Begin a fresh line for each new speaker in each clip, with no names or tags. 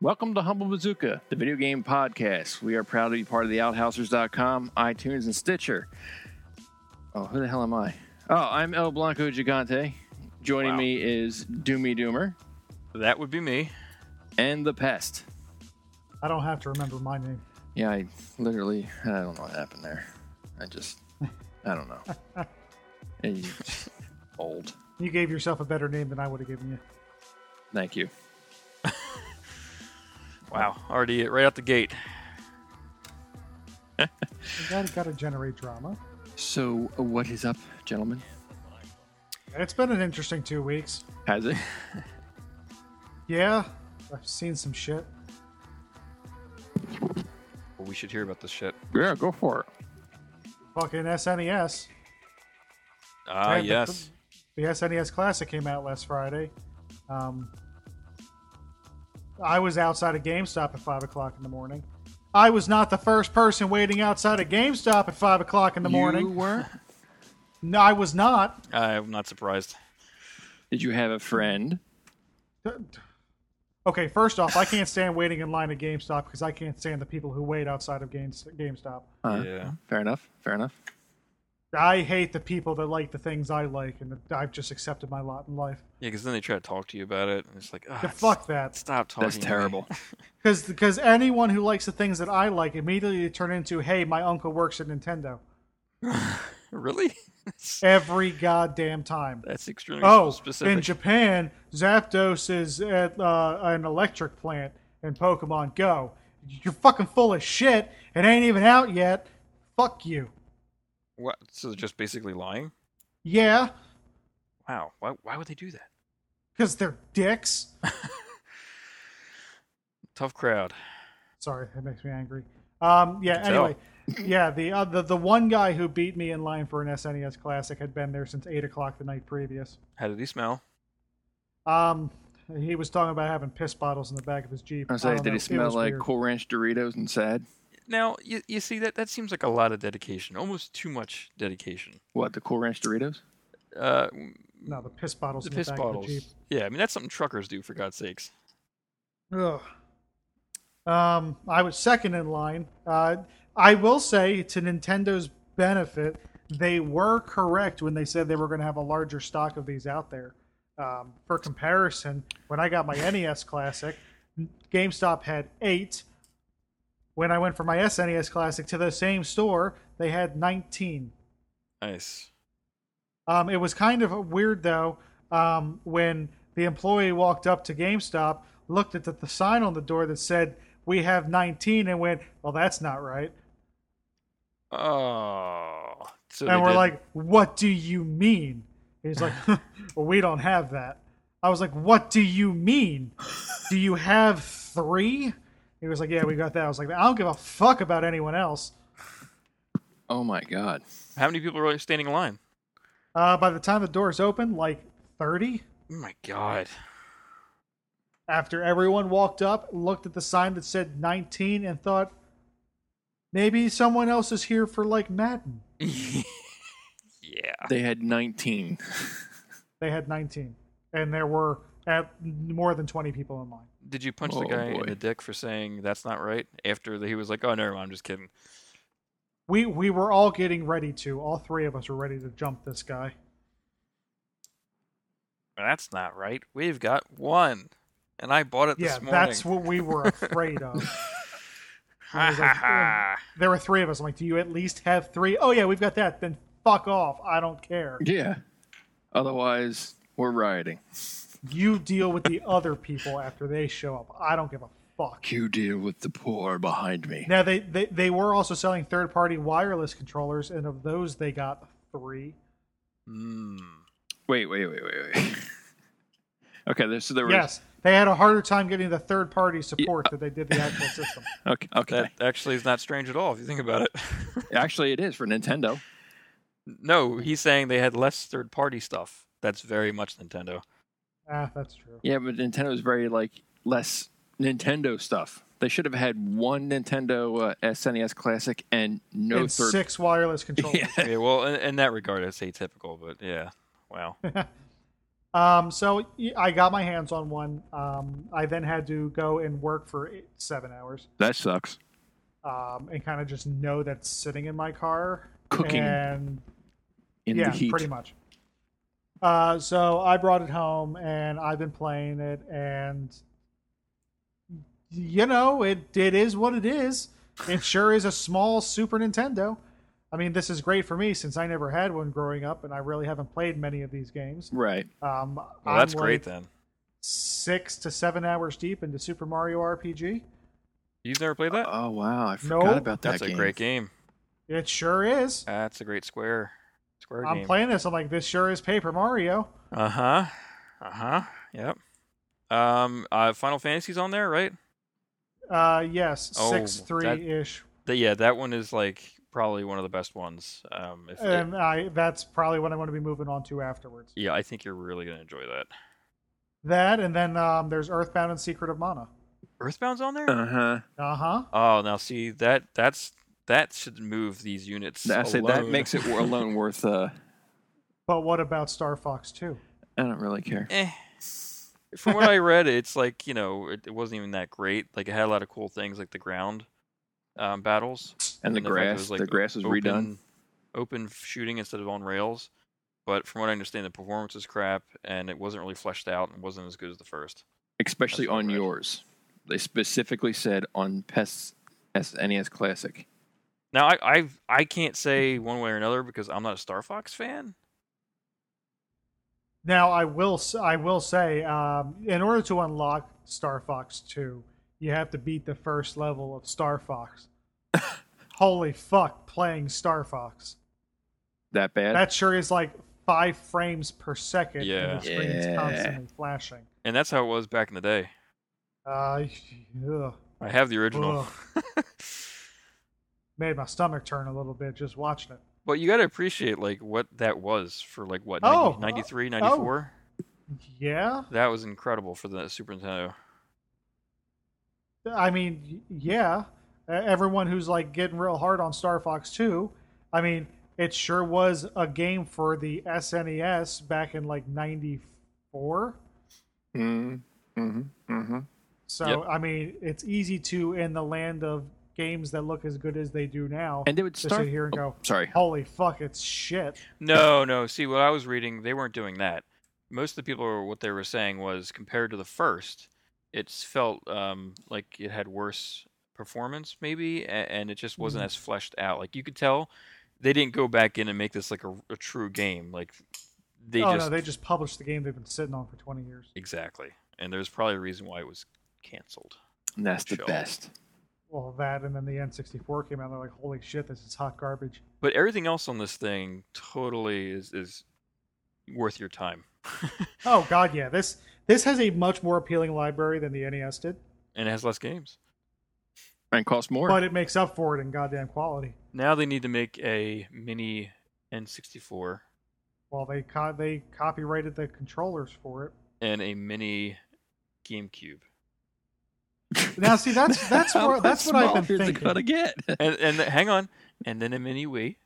Welcome to Humble Bazooka, the video game podcast. We are proud to be part of the Outhousers.com, iTunes, and Stitcher. Oh, who the hell am I? Oh, I'm El Blanco Gigante. Joining
Wow.
me is Doomy Doomer
That would be me.
and the Pest.
I don't have to remember my name.
Yeah, I literally, I don't know what happened there. I just, I don't know. And you- Old.
You gave yourself a better name than I would have given you.
Thank you.
Wow, already right out the gate.
You gotta, gotta generate drama.
So, uh, what is up, gentlemen?
It's been an interesting two weeks.
Has it?
Yeah, I've seen some shit.
Well, we should hear about this shit.
Yeah, go for it.
Fucking E SNES.
Ah,
Yeah, but-
yes.
The SNES Classic came out last Friday. Um, I was outside of GameStop at 5 o'clock in the morning. I was not the first person waiting outside of GameStop at 5 o'clock in the
You
morning.
were?
No, I was not.
I'm not surprised.
Did you have a friend?
Okay, first off, I can't stand waiting in line at GameStop because I can't stand the people who wait outside of Games- GameStop.
Huh.
Yeah.
Fair enough. Fair enough.
I hate the people that like the things I like, and that I've just accepted my lot in life.
Yeah, because then they try to talk to you about it, and it's like, ah,
Yeah,
s-
fuck that.
Stop talking.
That's
to me."
terrible.
Because anyone who likes the things that I like immediately they turn into, hey, my uncle works at Nintendo.
really?
Every goddamn time.
That's extremely
Oh, in
specific.
Japan, Zapdos is at uh, an electric plant in Pokemon Go. You're fucking full of shit. It ain't even out yet. Fuck you.
what? So they're just basically lying?
Yeah,
Wow. Why, why would they do that?
because they're dicks.
Tough crowd.
Sorry, that makes me angry. Um, yeah.
can tell.
Anyway, yeah. The, uh, the the one guy who beat me in line for an SNES Classic had been there since eight o'clock the night previous.
How did he smell?
Um, he was talking about having piss bottles in the back of his jeep.
I was like,
don't
did
know,
it smell
was
like
weird.
Cool Ranch Doritos and sad?
Now, you, you see, that, that seems like a lot of dedication, almost too much dedication.
What the Cool Ranch Doritos?
Uh,
No, the piss bottles
the
in
piss
the back
bottles.
of the jeep.
Yeah, I mean, that's something truckers do, for God's sakes.
Ugh. Um, I was second in line. Uh, I will say, to Nintendo's benefit, they were correct when they said they were going to have a larger stock of these out there. Um, for comparison, when I got my NES Classic, GameStop had eight. When I went for my SNES Classic to the same store, they had 19.
Nice.
Um, it was kind of weird though um, when the employee walked up to GameStop, looked at the, the sign on the door that said "We have 19," and went, "Well, that's not right."
Oh. So they
and we're
did-
like, "What do you mean?" He's like, "Well, we don't have that." I was like, "What do you mean? do you have three? He was like, "Yeah, we got that." I was like, "I don't give a fuck about anyone else."
Oh my god!
How many people are standing in line?
Uh, by the time the doors opened, like 30.
Oh my god.
after everyone walked up, looked at the sign that said 19 and thought, maybe someone else is here for like Madden.
yeah.
They had 19.
They had 19, and there were at more than 20 people in line.
Did you punch
Oh,
the guy
boy.
in the dick for saying that's not right? After he was like, "Oh, never mind, I'm just kidding."
We we were all getting ready to. All three of us were ready to jump this guy.
That's not right. We've got one, and I bought it
Yeah,
this morning.
that's what we were afraid of. And
Ha
he was like,
ha ha.
there were three of us. I'm like, do you at least have three? Oh yeah, we've got that. Then fuck off. I don't care.
Yeah. Otherwise, we're rioting.
You deal with the other people after they show up. I don't give a fuck.
You deal with the poor behind me.
Now they, they they were also selling third party wireless controllers, and of those they got three.
Mm.
Wait, wait, wait, wait, wait. okay, there, so there was.
Yes, they had a harder time getting the third party support that they did the actual system.
Okay. okay.
That actually is not strange at all if you think about it.
Actually, it is for Nintendo.
no, he's saying they had less third-party stuff. That's very much Nintendo.
Ah, that's true.
Yeah, but Nintendo is very like less Nintendo stuff. They should have had one Nintendo uh, SNES Classic and no
and
third.
six wireless controllers.
Yeah.
yeah, well, in, in that regard, it's atypical, but yeah, wow.
Um, so y- I got my hands on one. Um, I then had to go and work for eight, seven hours
That sucks.
um, and kind of just know that's sitting in my car.
Cooking
And
in
yeah,
the heat.
pretty much. Uh, so I brought it home and I've been playing it, and you know, it it is what it is. It sure is a small Super Nintendo. I mean, this is great for me since I never had one growing up, and I really haven't played many of these games.
Right.
Um,
Well,
I'm
that's
like
great then.
Six to seven hours deep into Super Mario RPG.
You've never played that?
Oh wow, I
No.
forgot about that
that's a
game.
great Uh, game.
It sure is.
That's a great square square
I'm
game.
playing this. I'm like, this sure is Paper Mario.
Uh huh. Uh huh. Yep. Um. Uh. Final Fantasy's on there, right?
Uh, yes,
Oh,
six three ish
The, yeah. That one is like probably one of the best ones. Um. If it-
and I that's probably what I want to be moving on to afterwards.
yeah, I think you're really gonna enjoy that.
That and then um, there's Earthbound and Secret of Mana.
Earthbound's on there.
Uh huh.
Uh huh.
Oh, now see that that's that should move these units.
I said that
alone.
makes it alone worth. Uh,
But what about Star Fox Two?
I don't really care.
eh. From what I read, it's like you know it, it wasn't even that great. Like it had a lot of cool things, like the ground um, battles.
And the
fact it
grass,
was, like,
the grass was
open-
redone.
Open f- shooting instead of on rails. But from what I understand, the performance is crap, and it wasn't really fleshed out, and wasn't as good as the first.
especially
That's what
on
I read.
yours. They specifically said on PES SNES Classic.
Now I I've, I can't say one way or another because I'm not a Star Fox fan.
Now I will s- I will say um, in order to unlock Star Fox Two, you have to beat the first level of Star Fox. Holy fuck! Playing Star Fox.
That bad?
That sure is like five frames per second.
Yeah.
And the screen's
Yeah.
constantly flashing.
And that's how it was back in the day.
Uh, ugh.
I have the original.
made my stomach turn a little bit just watching it.
but you got to appreciate like what that was for like what
Oh,
90, 93,
oh.
94?
Yeah.
That was incredible for the Super Nintendo.
I mean, y- yeah. E- Everyone who's like getting real hard on Star Fox 2, I mean, it sure was a game for the SNES back in like 94.
Mm, hmm hmm
So,
Yep.
I mean, it's easy to in the land of games that look as good as they do now.
And they would
just
start.
sit here and go,
Sorry.
holy fuck, it's shit.
No, no. See, what I was reading, they weren't doing that. Most of the people, were, what they were saying was, compared to the first, it's felt um, like it had worse performance, maybe, and, and it just wasn't
Mhm.
as fleshed out. Like you could tell, they didn't go back in and make this like a, a true game. Like they
oh,
just
no, they just published the game they've been sitting on for 20 years.
exactly. And there's probably a reason why it was canceled.
And that's the
Sure.
best.
Well, that and then the N64 came out. They're like, holy shit, this is hot garbage.
But everything else on this thing totally is is worth your time.
Oh god, yeah. This this has a much more appealing library than the NES did,
and it has less games.
And cost more.
but it makes up for it in goddamn quality.
Now they need to make a mini N64
Well, they co- they copyrighted the controllers for it.
and a mini GameCube.
Now, see, that's- that's
How
where- that's what I've
small
been
is it
thinking.
gonna get?
And and the- hang on, and then a mini Wii.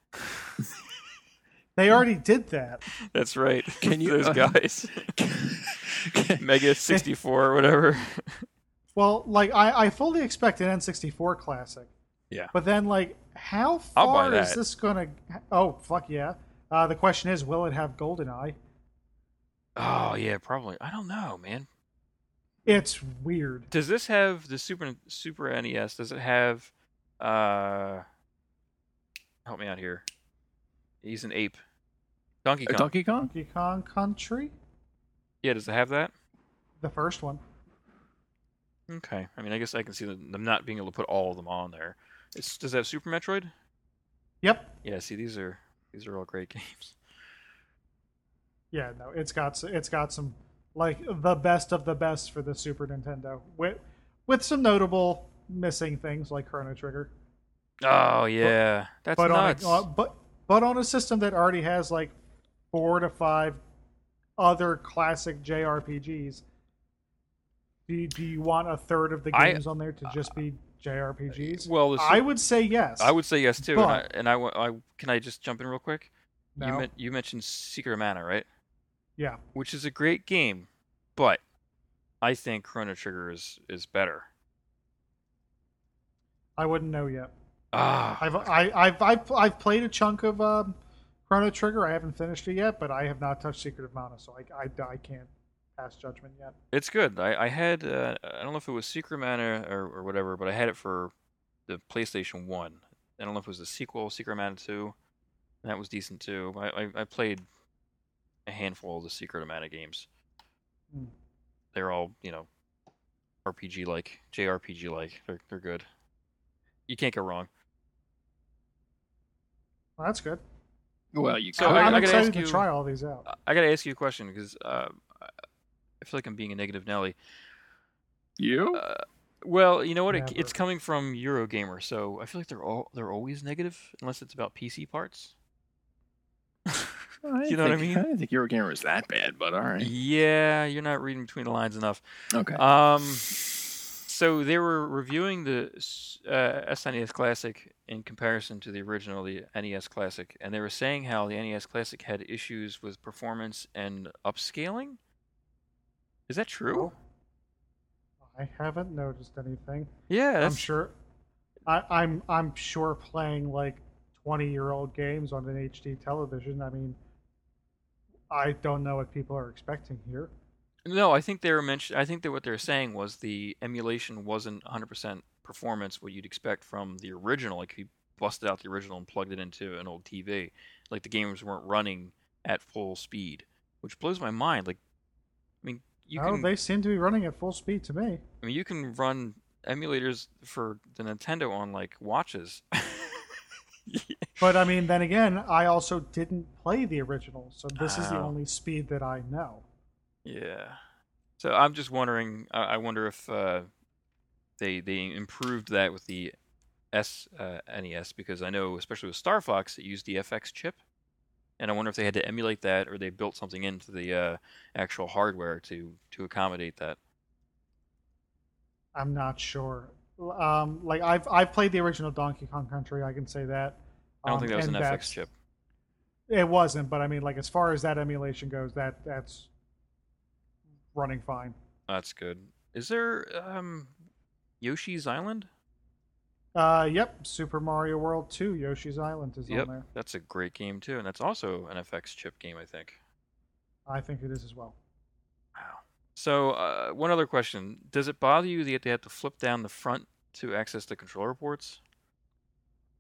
They already did that.
That's right.
Can you-
those guys Mega 64 or whatever?
Well, like I, I fully expect an N64 classic.
Yeah.
But then, like, how
I'll buy
far is
that.
this gonna? Oh fuck yeah! Uh, the question is, will it have GoldenEye?
Oh yeah, probably. I don't know, man.
It's weird.
Does this have the Super Super NES? Does it have uh help me out here. He's an ape. Donkey Kong.
Donkey Kong?
Donkey Kong Country,
yeah, does it have that?
the first one.
Okay. I mean, I guess I can see them them not being able to put all of them on there. It's, does it have Super Metroid?
Yep.
Yeah. See, these are these are all great games.
Yeah, no, it's got s- it's got some like the best of the best for the Super Nintendo with with some notable missing things like Chrono Trigger.
Oh yeah, that's
but
nuts.
on a, uh, but but on a system that already has like four to five other classic JRPGs. Do you, do you want a third of the
I-
games on there to just be JRPGs?
well, the
I
Sup-
would say yes.
I would say yes too. And, I,
but-
and I, wa- I- can I just jump in real quick?
No.
You, men- you mentioned Secret of Mana, right?
Yeah.
which is a great game, but I think Chrono Trigger is is better.
I wouldn't know yet.
Ah,
I've I, I've I've I've played a chunk of um, Chrono Trigger. I haven't finished it yet, but I have not touched Secret of Mana, so I I, I can't pass judgment yet.
it's good. I I had uh, I don't know if it was Secret Mana or or whatever, but I had it for the PlayStation One. I don't know if it was the sequel, Secret Mana Two. and That was decent too. I I, I played a handful of the Secret of Mana games.
Hmm.
They're all you know RPG like, JRPG like. They're they're good. You can't go wrong.
Well, that's good.
Well, you
So
could.
I-
I'm
I gotta
excited
ask
to
you-
try all these out.
I- I gotta ask you a question because uh, I feel like I'm being a negative Nelly.
you?
Uh, well, you know what? It,
Never.
it's coming from Eurogamer, so I feel like they're all they're always negative unless it's about PC parts.
Well, I didn't
you know what I
think-
mean?
I didn't think your camera was that bad, but all right.
Yeah, you're not reading between the lines enough.
Okay.
Um, so they were reviewing the s- uh, SNES Classic in comparison to the original, the NES Classic, and they were saying how the NES Classic had issues with performance and upscaling. Is that true?
I haven't noticed anything.
Yeah,
I'm
that's
sure. I, I'm I'm sure playing like 20 year old games on an HD television. I mean, I don't know what people are expecting here.
No, I think they were mention- I think that what they're saying was the emulation wasn't 100% performance what you'd expect from the original. Like if you busted out the original and plugged it into an old TV, like the games weren't running at full speed, which blows my mind. Like, I mean, you
no,
can
Oh, they seem to be running at full speed to me.
I mean you can run emulators for the Nintendo on like watches.
But I mean, then again, I also didn't play the original, so this is the
Oh.
only speed that I know.
Yeah. So I'm just wondering. I I wonder if uh, they they improved that with the S uh, NES because I know, especially with Star Fox, it used the FX chip, and I wonder if they had to emulate that or they built something into the uh, actual hardware to to accommodate that.
I'm not sure. L- Um, like I've I've played the original Donkey Kong Country. I can say that.
I don't
Um,
think that was an
and
FX
that's-
chip.
It wasn't, but I mean, like as far as that emulation goes, that that's running fine.
That's good. Is there um, Yoshi's Island?
Uh, yep, Super Mario World 2, Yoshi's Island is
Yep.
on there.
That's a great game too, and that's also an FX chip game, I think.
I think it is as well.
Wow. So, uh, one other question: Does it bother you that they have to flip down the front to access the controller ports?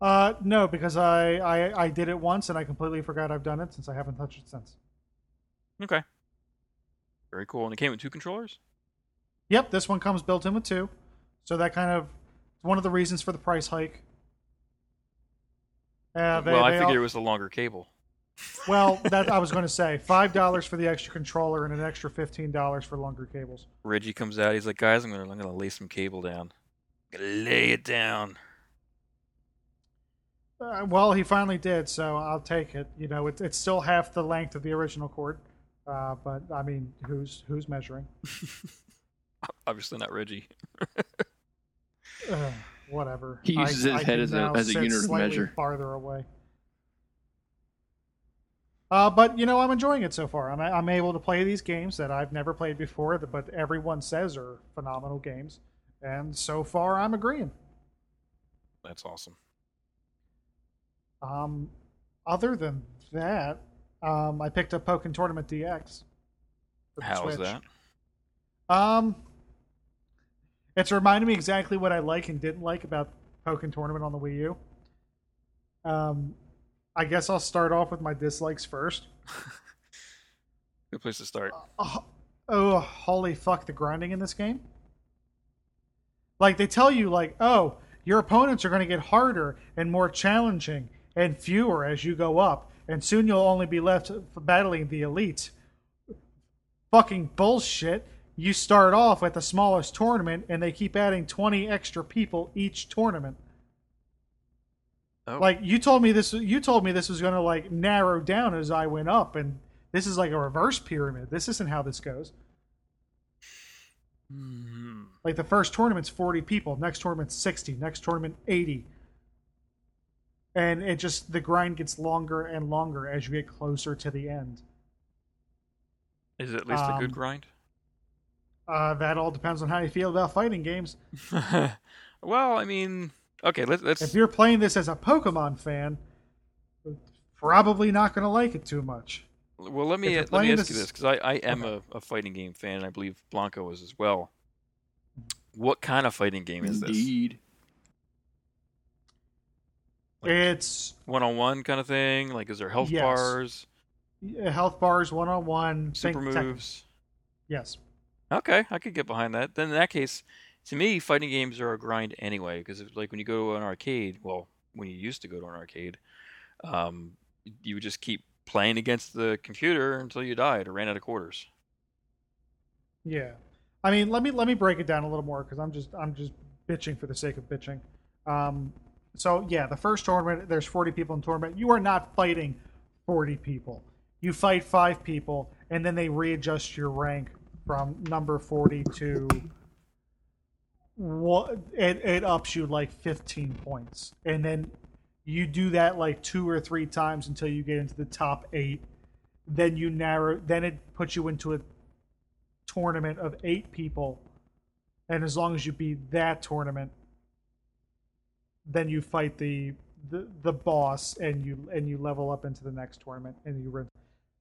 Uh, no, because I, I I did it once and I completely forgot I've done it since I haven't touched it since.
Okay. Very cool. And it came with two controllers.
Yep, this one comes built in with two, so that kind of one of the reasons for the price hike. Uh, they,
well, I
they
figured
all-
it was the longer cable.
well, that I was going to say five dollars for the extra controller and an extra fifteen dollars for longer cables.
Reggie comes out. He's like, "Guys, I'm gonna, I'm gonna lay some cable down. I'm gonna lay it down."
Uh, well, he finally did, so I'll take it. You know, it, it's still half the length of the original cord, uh, but I mean, who's who's measuring?
Obviously not Reggie.
Ugh, whatever.
He uses his head
can
as a-
now
as a
sit
unit of
slightly
measure.
Farther away. Uh, but you know, I'm enjoying it so far. I'm I'm able to play these games that I've never played before, that but everyone says are phenomenal games, and so far I'm agreeing.
That's awesome.
Um, other than that, um, I picked up Pokken Tournament DX. for the
How is
Switch.
that?
Um, it's reminding me exactly what I like and didn't like about Pokken Tournament on the Wii U. Um, I guess I'll start off with my dislikes first.
Good place to start.
Oh, oh, holy fuck, the grinding in this game. Like, they tell you, like, oh, your opponents are going to get harder and more challenging and fewer as you go up, and soon you'll only be left battling the elite. Fucking bullshit. You start off at the smallest tournament, and they keep adding 20 extra people each tournament.
Oh.
Like you told me this you told me this was going to like narrow down as I went up and this is like a reverse pyramid. This isn't how this goes.
Mhm.
Like the first tournament's 40 people, next tournament's 60, next tournament 80. And it just the grind gets longer and longer as you get closer to the end.
Is it at least a
Um,
good grind?
Uh, that all depends on how you feel about fighting games.
well, I mean, okay, let's
If
let's
you're playing this as a Pokemon fan, you're probably not going to like it too much.
well let me
you're
let me
playing
ask you
this-
this because I I am a, a fighting game fan and I believe Blanco is as well. What kind of fighting game is this?
Indeed.
Like-
It's
One on one kind of thing? Like, is there health
Yes.
bars,
health bars, one on one,
super moves?
Yes.
Okay, I could get behind that. Then in that case, to me, fighting games are a grind anyway. Because like when you go to an arcade, well, when you used to go to an arcade, um, you would just keep playing against the computer until you died or ran out of quarters.
Yeah. I mean, let me let me break it down a little more because I'm just I'm just bitching for the sake of bitching. Um, so yeah, the first tournament, there's 40 people in tournament. You are not fighting 40 people. You fight five people, and then they readjust your rank from number 40 to what it, it ups you like 15 points, and then you do that like two or three times until you get into the top eight. Then you narrow. Then it puts you into a tournament of eight people, and as long as you beat that tournament, then you fight the the, the boss, and you and you level up into the next tournament, and you win.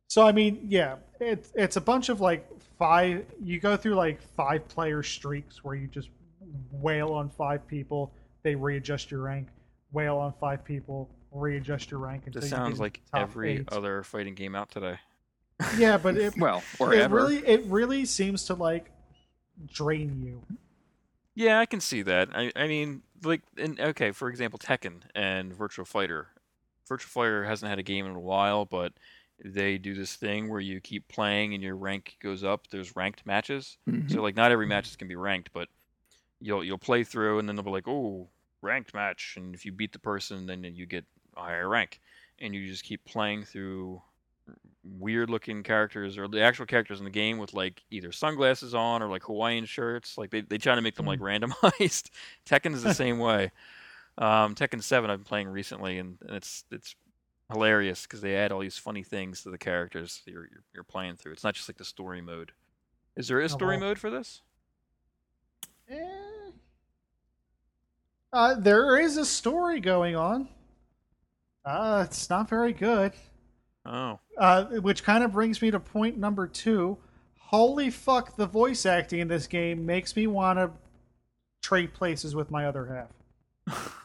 So I mean, yeah, it's it's a bunch of like five. You go through like five player streaks where you just wail on five people. They readjust your rank. Wail on five people. Readjust your rank. until
This
you get
sounds
into
like
the top
every
eight.
other fighting game out today.
Yeah, but it,
Well, or
it
ever.
really it really seems to like drain you.
Yeah, I can see that. I, I mean, like, in, okay, for example, Tekken and Virtual Fighter. Virtual Fighter hasn't had a game in a while, but they do this thing where you keep playing and your rank goes up. There's ranked matches,
Mhm.
so like not every match is gonna be ranked, but you'll you'll play through and then they'll be like, oh, ranked match, and if you beat the person, then you get a higher rank, and you just keep playing through weird looking characters or the actual characters in the game with like either sunglasses on or like Hawaiian shirts. Like they, they try to make them like randomized. Tekken is the same way. Um, Tekken Seven I've been playing recently and, and it's it's hilarious because they add all these funny things to the characters that you're, you're you're playing through. It's not just like the story mode. Is there a story
well.
mode for this?
Uh, there is a story going on. Uh, it's not very good.
Oh,
Uh, which kind of brings me to point number two. Holy fuck, the voice acting in this game makes me want to trade places with my other half.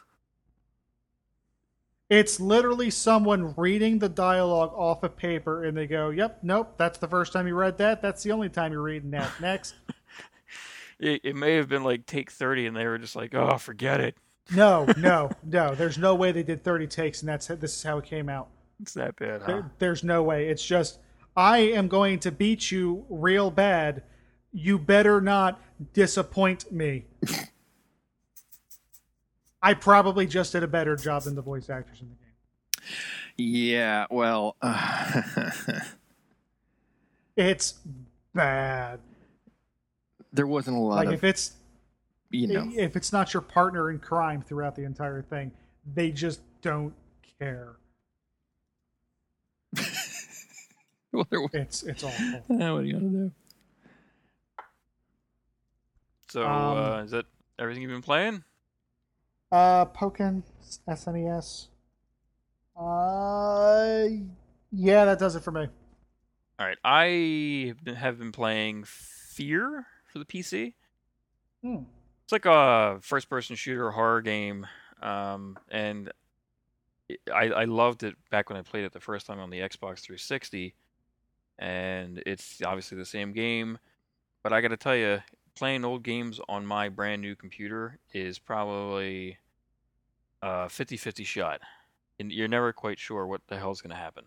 it's literally someone reading the dialogue off of paper and they go, yep, nope, that's the first time you read that. That's the only time you're reading that. Next.
it, it may have been like take thirty, and they were just like, oh, forget it.
No, no, no. There's no way they did 30 takes, and that's this is how it came out.
It's that bad, huh?
There, there's no way. It's just I am going to beat you real bad. You better not disappoint me. I probably just did a better job than the voice actors in the game.
Yeah, well,
It's bad.
there wasn't a lot
like
of,
if it's
you know.
if it's not your partner in crime throughout the entire thing, they just don't care.
Well, there was,
It's it's awful.
Ah, what are you going to do?
So
Um,
uh, is that everything you've been playing?
Uh, Pokken, SNES. Uh, yeah, that does it for me.
All right, I have been- have been playing Fear for the PC.
Hmm.
It's like a first-person shooter horror game, um, and it- I, I loved it back when I played it the first time on the Xbox 360. And it's obviously the same game, but I got to tell you, playing old games on my brand new computer is probably a 50-50 shot, and you're never quite sure what the hell's going to happen.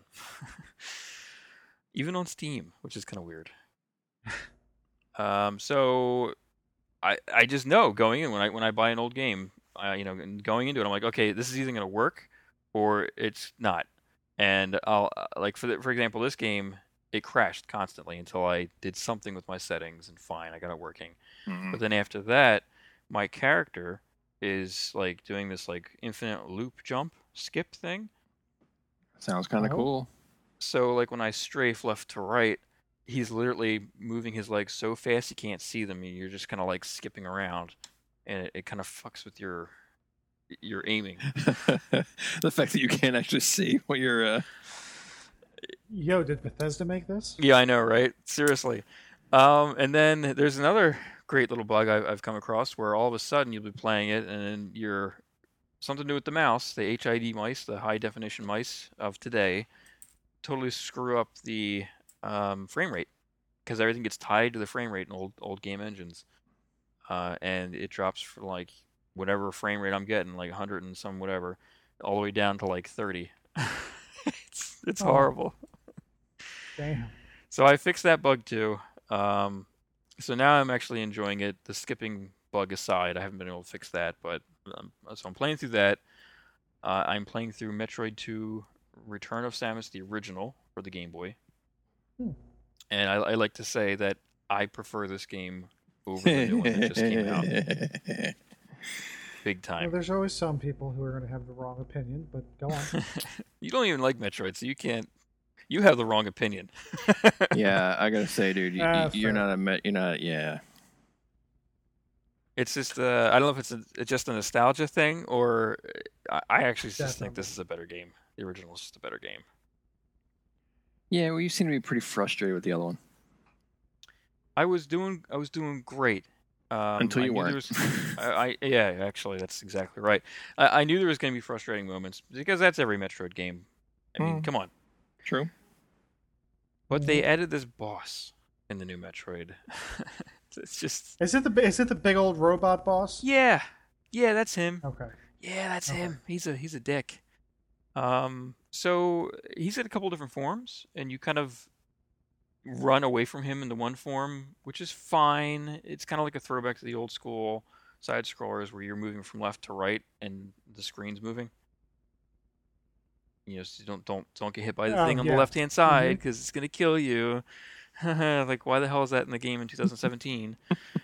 Even on Steam, which is kind of weird. um, so I I just know going in when I when I buy an old game, I, you know, and going into it, I'm like, okay, this is either going to work or it's not. And I'll uh, like for the, for example, this game it crashed constantly until I did something with my settings and fine, I got it working.
Mm.
But then after that, my character is like doing this like infinite loop jump skip thing.
Sounds kind
Oh.
of cool.
So like when I strafe left to right, he's literally moving his legs so fast you can't see them, and you're just kind of like skipping around, and it, it kind of fucks with your your aiming.
the fact that you can't actually see what you're. Uh...
Yo, did Bethesda make this?
Yeah, I know, right? Seriously. Um, and then there's another great little bug I've, I've come across where all of a sudden you'll be playing it, and then you're something to do with the mouse, the HID mice, the high definition mice of today, totally screw up the um, frame rate because everything gets tied to the frame rate in old old game engines, uh, and it drops for like whatever frame rate I'm getting, like 100 and some whatever, all the way down to like 30. it's it's
Oh.
horrible.
Damn.
So I fixed that bug too. Um, so now I'm actually enjoying it. The skipping bug aside, I haven't been able to fix that, but um, so I'm playing through that. Uh, I'm playing through Metroid 2: Return of Samus, the original for the Game Boy.
Hmm.
And I, I like to say that I prefer this game over the new one that just came out, big
Well,
time.
there's always some people who are going to have the wrong opinion, but go on.
you don't even like Metroid, so you can't. You have the wrong opinion.
yeah, I gotta say, dude, you,
Ah,
you're
fair.
not a met. You're not. Yeah.
It's just uh, I don't know if it's, a, it's just a nostalgia thing or I, I actually just think
Definitely.
this is a better game. The original is just a better game.
Yeah. Well, you seem to be pretty frustrated with the other one
I was doing I was doing great um,
until
I
you
knew there
weren't.
was- I, I yeah, actually, that's exactly right. I, I knew there was going to be frustrating moments because that's every Metroid game. I mean,
Mm.
come on.
True.
But they added this boss in the new Metroid. it's just
Is it the bi- is it the big old robot boss?
yeah, yeah, that's him.
Okay.
Yeah, that's
Okay.
him. Oh. He's a he's a dick. Um, so he's in a couple different forms, and you kind of run away from him in the one form, which is fine. It's kind of like a throwback to the old school side scrollers where you're moving from left to right and the screen's moving. You know, so you don't don't don't get hit by the
Oh,
thing on
yeah. Mm-hmm.
the left hand side because it's gonna kill you. like, why the hell is that in the game in 2017?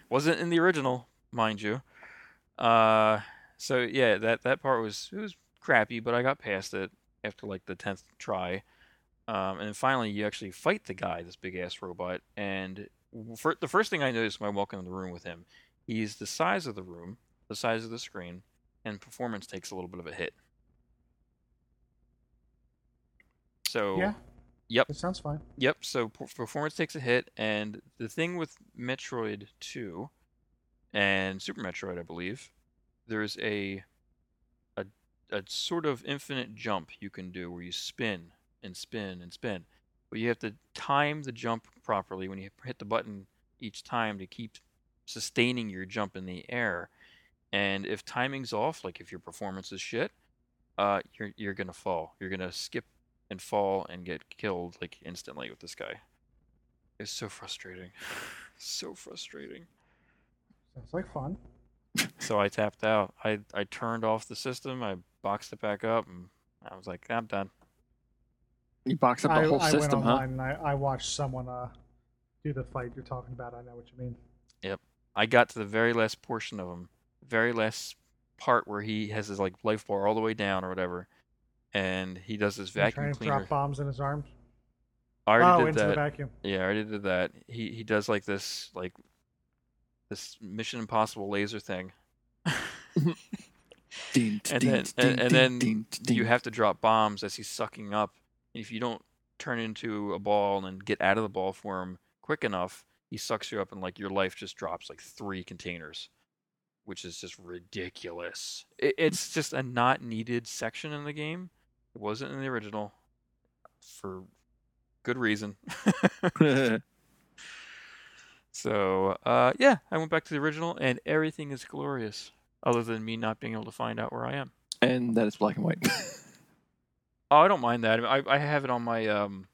Wasn't in the original, mind you. Uh, so yeah, that that part was it was crappy, but I got past it after like the tenth try. Um, and then finally, you actually fight the guy, this big ass robot. And for, the first thing I noticed when I walked in the room with him, he's the size of the room, the size of the screen, and performance takes a little bit of a hit. So
Yeah.
Yep.
It sounds fine.
Yep, so per- performance takes a hit, and the thing with Metroid 2 and Super Metroid, I believe, there's a, a a sort of infinite jump you can do where you spin and spin and spin, but you have to time the jump properly when you hit the button each time to keep sustaining your jump in the air. And if timing's off, like if your performance is shit, uh, you're you're gonna fall. You're gonna skip and fall and get killed like instantly with this guy. It's so frustrating. so frustrating.
Sounds like fun.
So I tapped out. I I turned off the system. I boxed it back up and I was like, I'm done.
You boxed up the
I,
whole
I
system,
went
huh?
online and I, I watched someone uh, do the fight you're talking about. I know what you mean.
I got to the very last portion of him, very last part where he has his like life bar all the way down or whatever, and he does this
He's
vacuum
trying to
cleaner.
drop bombs in his arms.
I already
Oh,
did
into
that.
the vacuum.
Yeah, I already did that. He he does like this like this Mission Impossible laser thing.
Ding, ding,
And then-
ding,
and- and
ding,
then
ding,
you
ding.
have to drop bombs as he's sucking up. And if you don't turn into a ball and get out of the ball for him quick enough, he sucks you up and like your life just drops like three containers, which is just ridiculous. It, it's just a not needed section in the game. It wasn't in the original for good reason. so uh, yeah, I went back to the original and everything is glorious, other than me not being able to find out where I am.
and that is black and white.
Oh, I don't mind that. I I have it on my um,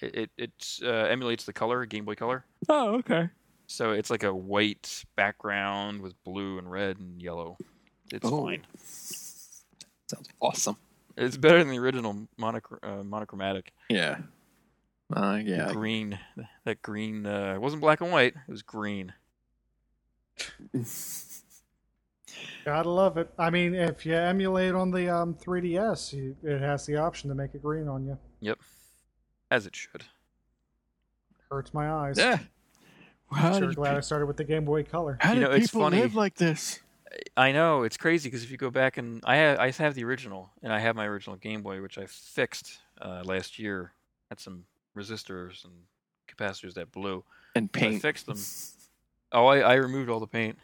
it it it's, uh, emulates the color Game Boy Color,
oh, okay.
so it's like a white background with blue and red and yellow. It's
Oh.
fine.
Sounds awesome.
It's better than the original monoch- uh, monochromatic
Yeah. Uh,
the
yeah.
green. That green uh, it wasn't black and white. It was green.
Gotta love it. I mean, if you emulate on the um, 3DS, you, it has the option to make it green on you.
Yep, as it should.
Hurts my eyes.
Yeah. How,
Sure
do
glad I
pe-
started with the Game Boy Color.
how do
You know, it's
people
funny.
live like this?
I know it's crazy because if you go back and I have, I have the original and I have my original Game Boy which I fixed uh, last year had some resistors and capacitors that blew.
And
So I
paint.
fixed them. Oh, I, I removed all the paint.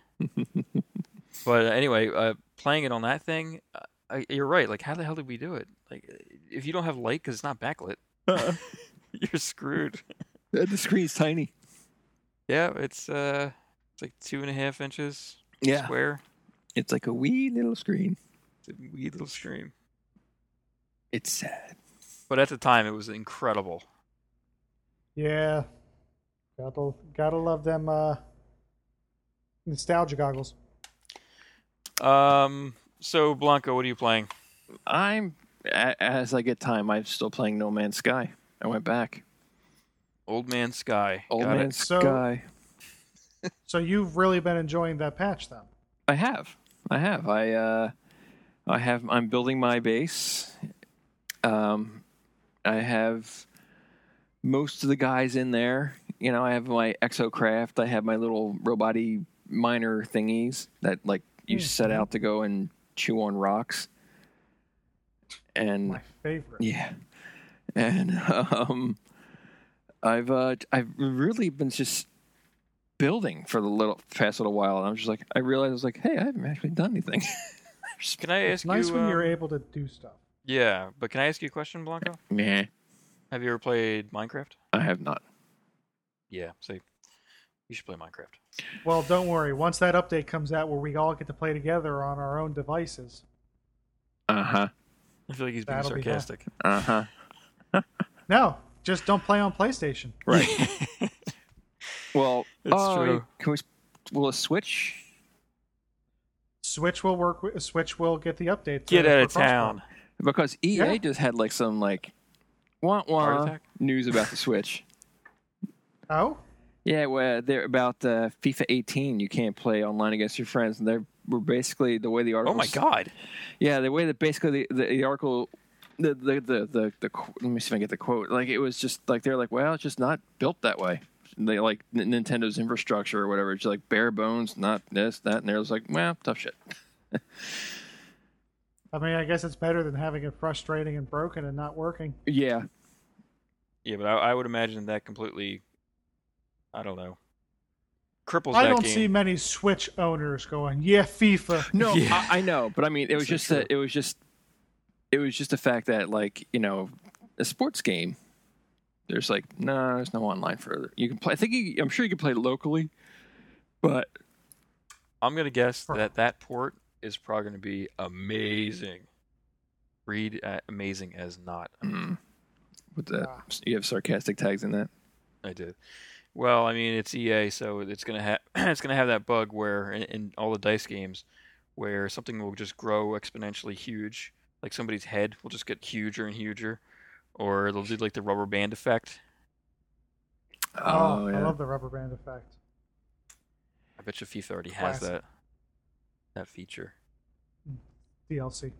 but uh, anyway, uh, playing it on that thing, uh, I, you're right. Like, how the hell did we do it? Like, if you don't have light because it's not backlit,
Uh,
you're screwed.
the screen's tiny.
yeah, it's uh, it's like two and a half inches
Yeah.
square.
It's like a wee little screen.
It's a wee little stream.
It's sad.
But at the time, it was incredible.
Yeah. Gotta gotta love them uh nostalgia goggles.
Um, so Blanco, what are you playing?
I'm a- as I get time, I'm still playing No Man's Sky. I went back.
Old Man Sky.
Old
Got it.
Man's
So-
Sky.
So you've really been enjoying that patch then.
I have. I have. I uh I have I'm building my base. Um I have most of the guys in there. You know, I have my exocraft, I have my little roboty miner thingies that like you set out to go and chew on rocks. And
My favorite.
yeah. And um I've uh I've really been just building for the little past little while and I'm just like I realized I was like, hey, I haven't actually done anything.
Can I ask
It's nice
you?
when
um,
you're able to do stuff.
yeah, but can I ask you a question, Blanco?
nah.
Have you ever played Minecraft?
I have not.
Yeah, see, you should play Minecraft.
Well, don't worry. Once that update comes out where we all get to play together on our own devices,
Uh-huh.
I feel like he's being
That'll be fun.
sarcastic.
Uh-huh.
no, just don't play on PlayStation.
Right. well
It's
oh,
true.
Can we will it switch?
Switch will work. With, Switch will get the update.
Get
to-
out
for
of town.
crossplay.
Because EA
Yeah.
just had like some like wah
Heart
wah
attack?
news about the Switch.
Oh,
Yeah, well, they're about uh, FIFA 18. You can't play online against your friends, and they're were basically the way the article.
Oh my god!
Yeah, the way that basically the, the, the article, the the, the the the qu- let me see if I can get the quote. Like it was just like they're like, well, it's just not built that way. And They like N- Nintendo's infrastructure or whatever. It's just like bare bones, not this, that, and they're just like, well, tough shit.
I mean, I guess it's better than having it frustrating and broken and not working.
Yeah,
Yeah, but I, I would imagine that completely. I don't know. Cripples
I
that
don't
game.
see many Switch owners going, "Yeah, FIFA."
No,
Yeah.
I, I know, but I mean, it was
So
just
true.
that it was just it was just the fact that like you know a sports game. There's like no, there's no online for you can play. I think you, I'm sure you can play locally, but
I'm gonna guess
Huh.
that that port is probably gonna be amazing. Read uh, amazing as not.
mm, with the
Ah.
you have sarcastic tags in that.
I did. Well, I mean, it's EA, so it's gonna have it's gonna have that bug where in, in all the dice games, where something will just grow exponentially huge. Like somebody's head will just get huger and huger, or it'll do like the rubber band effect.
Oh,
yeah.
I love the rubber band effect.
I bet you FIFA already has
Classic.
that that feature.
DLC.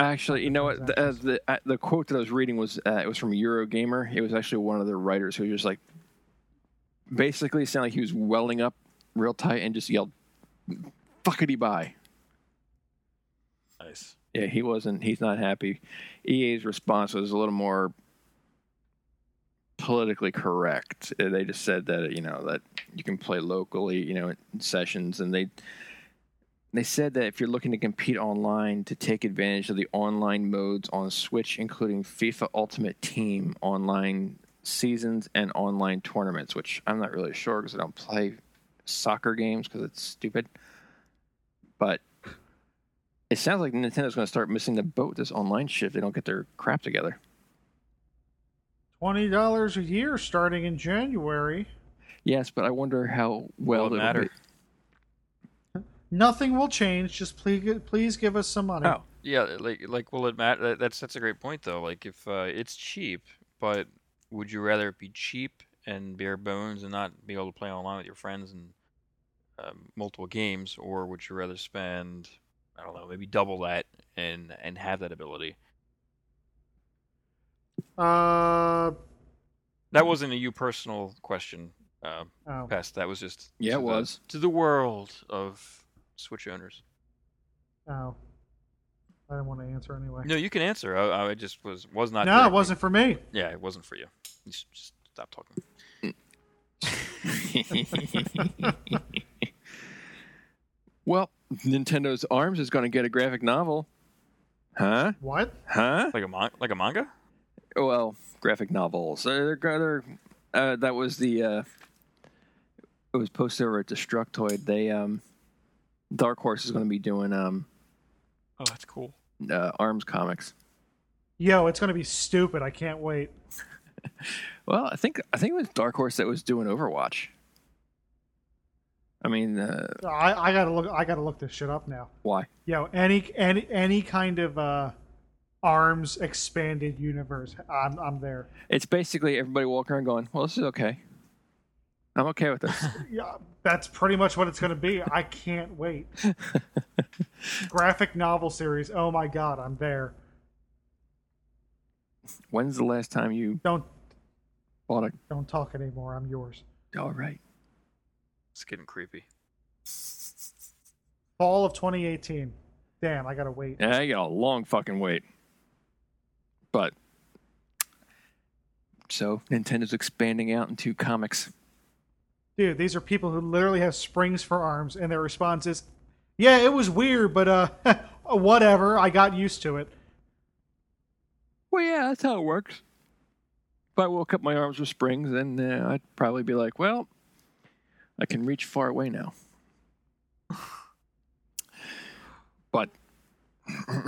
Actually, you know what? The, uh, the uh, the quote that I was reading was uh, it was from Eurogamer. It was actually one of the writers who was just like basically it sounded like he was welding up real tight and just yelled "fuckity bye."
Nice.
Yeah, he wasn't. He's not happy. EA's response was a little more politically correct. Uh, They just said that you know that you can play locally, you know, in sessions, and they they said that if you're looking to compete online, to take advantage of the online modes on Switch, including FIFA Ultimate Team online seasons and online tournaments, which I'm not really sure because I don't play soccer games because it's stupid. But it sounds like Nintendo's going to start missing the boat this online shit. if They don't get their crap together.
Twenty dollars a year starting in January.
Yes, but I wonder how well
Will it
it'll
matter?
be-
Nothing will change. Just please, please give us some money.
Oh.
Yeah, like like will it matter? That's that's a great point though. Like if uh, it's cheap, but would you rather it be cheap and bare bones and not be able to play online with your friends and um, multiple games, or would you rather spend I don't know maybe double that and and have that ability?
Uh,
That wasn't a you personal question, uh,
Oh,
Pest. That was just
Yeah,
to
it
the-
was.
to the world of Switch owners.
oh. I didn't want to answer anyway.
No, you can answer. I, I just was was not.
No, it
directing-
wasn't for me.
Yeah, it wasn't for you. You s- just stop talking.
well, Nintendo's Arms is going to get a graphic novel. Huh?
What?
Huh?
Like a mon- like a manga.
Well, graphic novels. Uh, They're, go- they're, uh, that was the. Uh, it was posted over at Destructoid. They um, Dark Horse is going to be doing um,
Oh, that's cool.
uh, Arms comics.
Yo, it's gonna be stupid. I can't wait.
Well, I think I think it was Dark Horse that was doing Overwatch. I mean, uh,
I, I gotta look. I gotta look this shit up now.
why?
Yo, any any any kind of uh, arms expanded universe. I'm I'm there.
It's basically everybody walking around going, "Well, this is okay. I'm okay with this."
Yeah, that's pretty much what it's gonna be. I can't wait. Graphic novel series. Oh my god, I'm there.
When's the last time you
Don't
bought a?
don't talk anymore. I'm yours.
All right.
It's getting creepy.
Fall of 2018. Damn, I gotta wait.
Yeah, I got a long fucking wait. But so Nintendo's expanding out into comics.
Dude, these are people who literally have springs for arms, and their response is, "Yeah, it was weird, but uh, whatever. I got used to it."
Well, yeah, that's how it works. If I woke up my arms with springs, then uh, I'd probably be like, "Well, I can reach far away now." but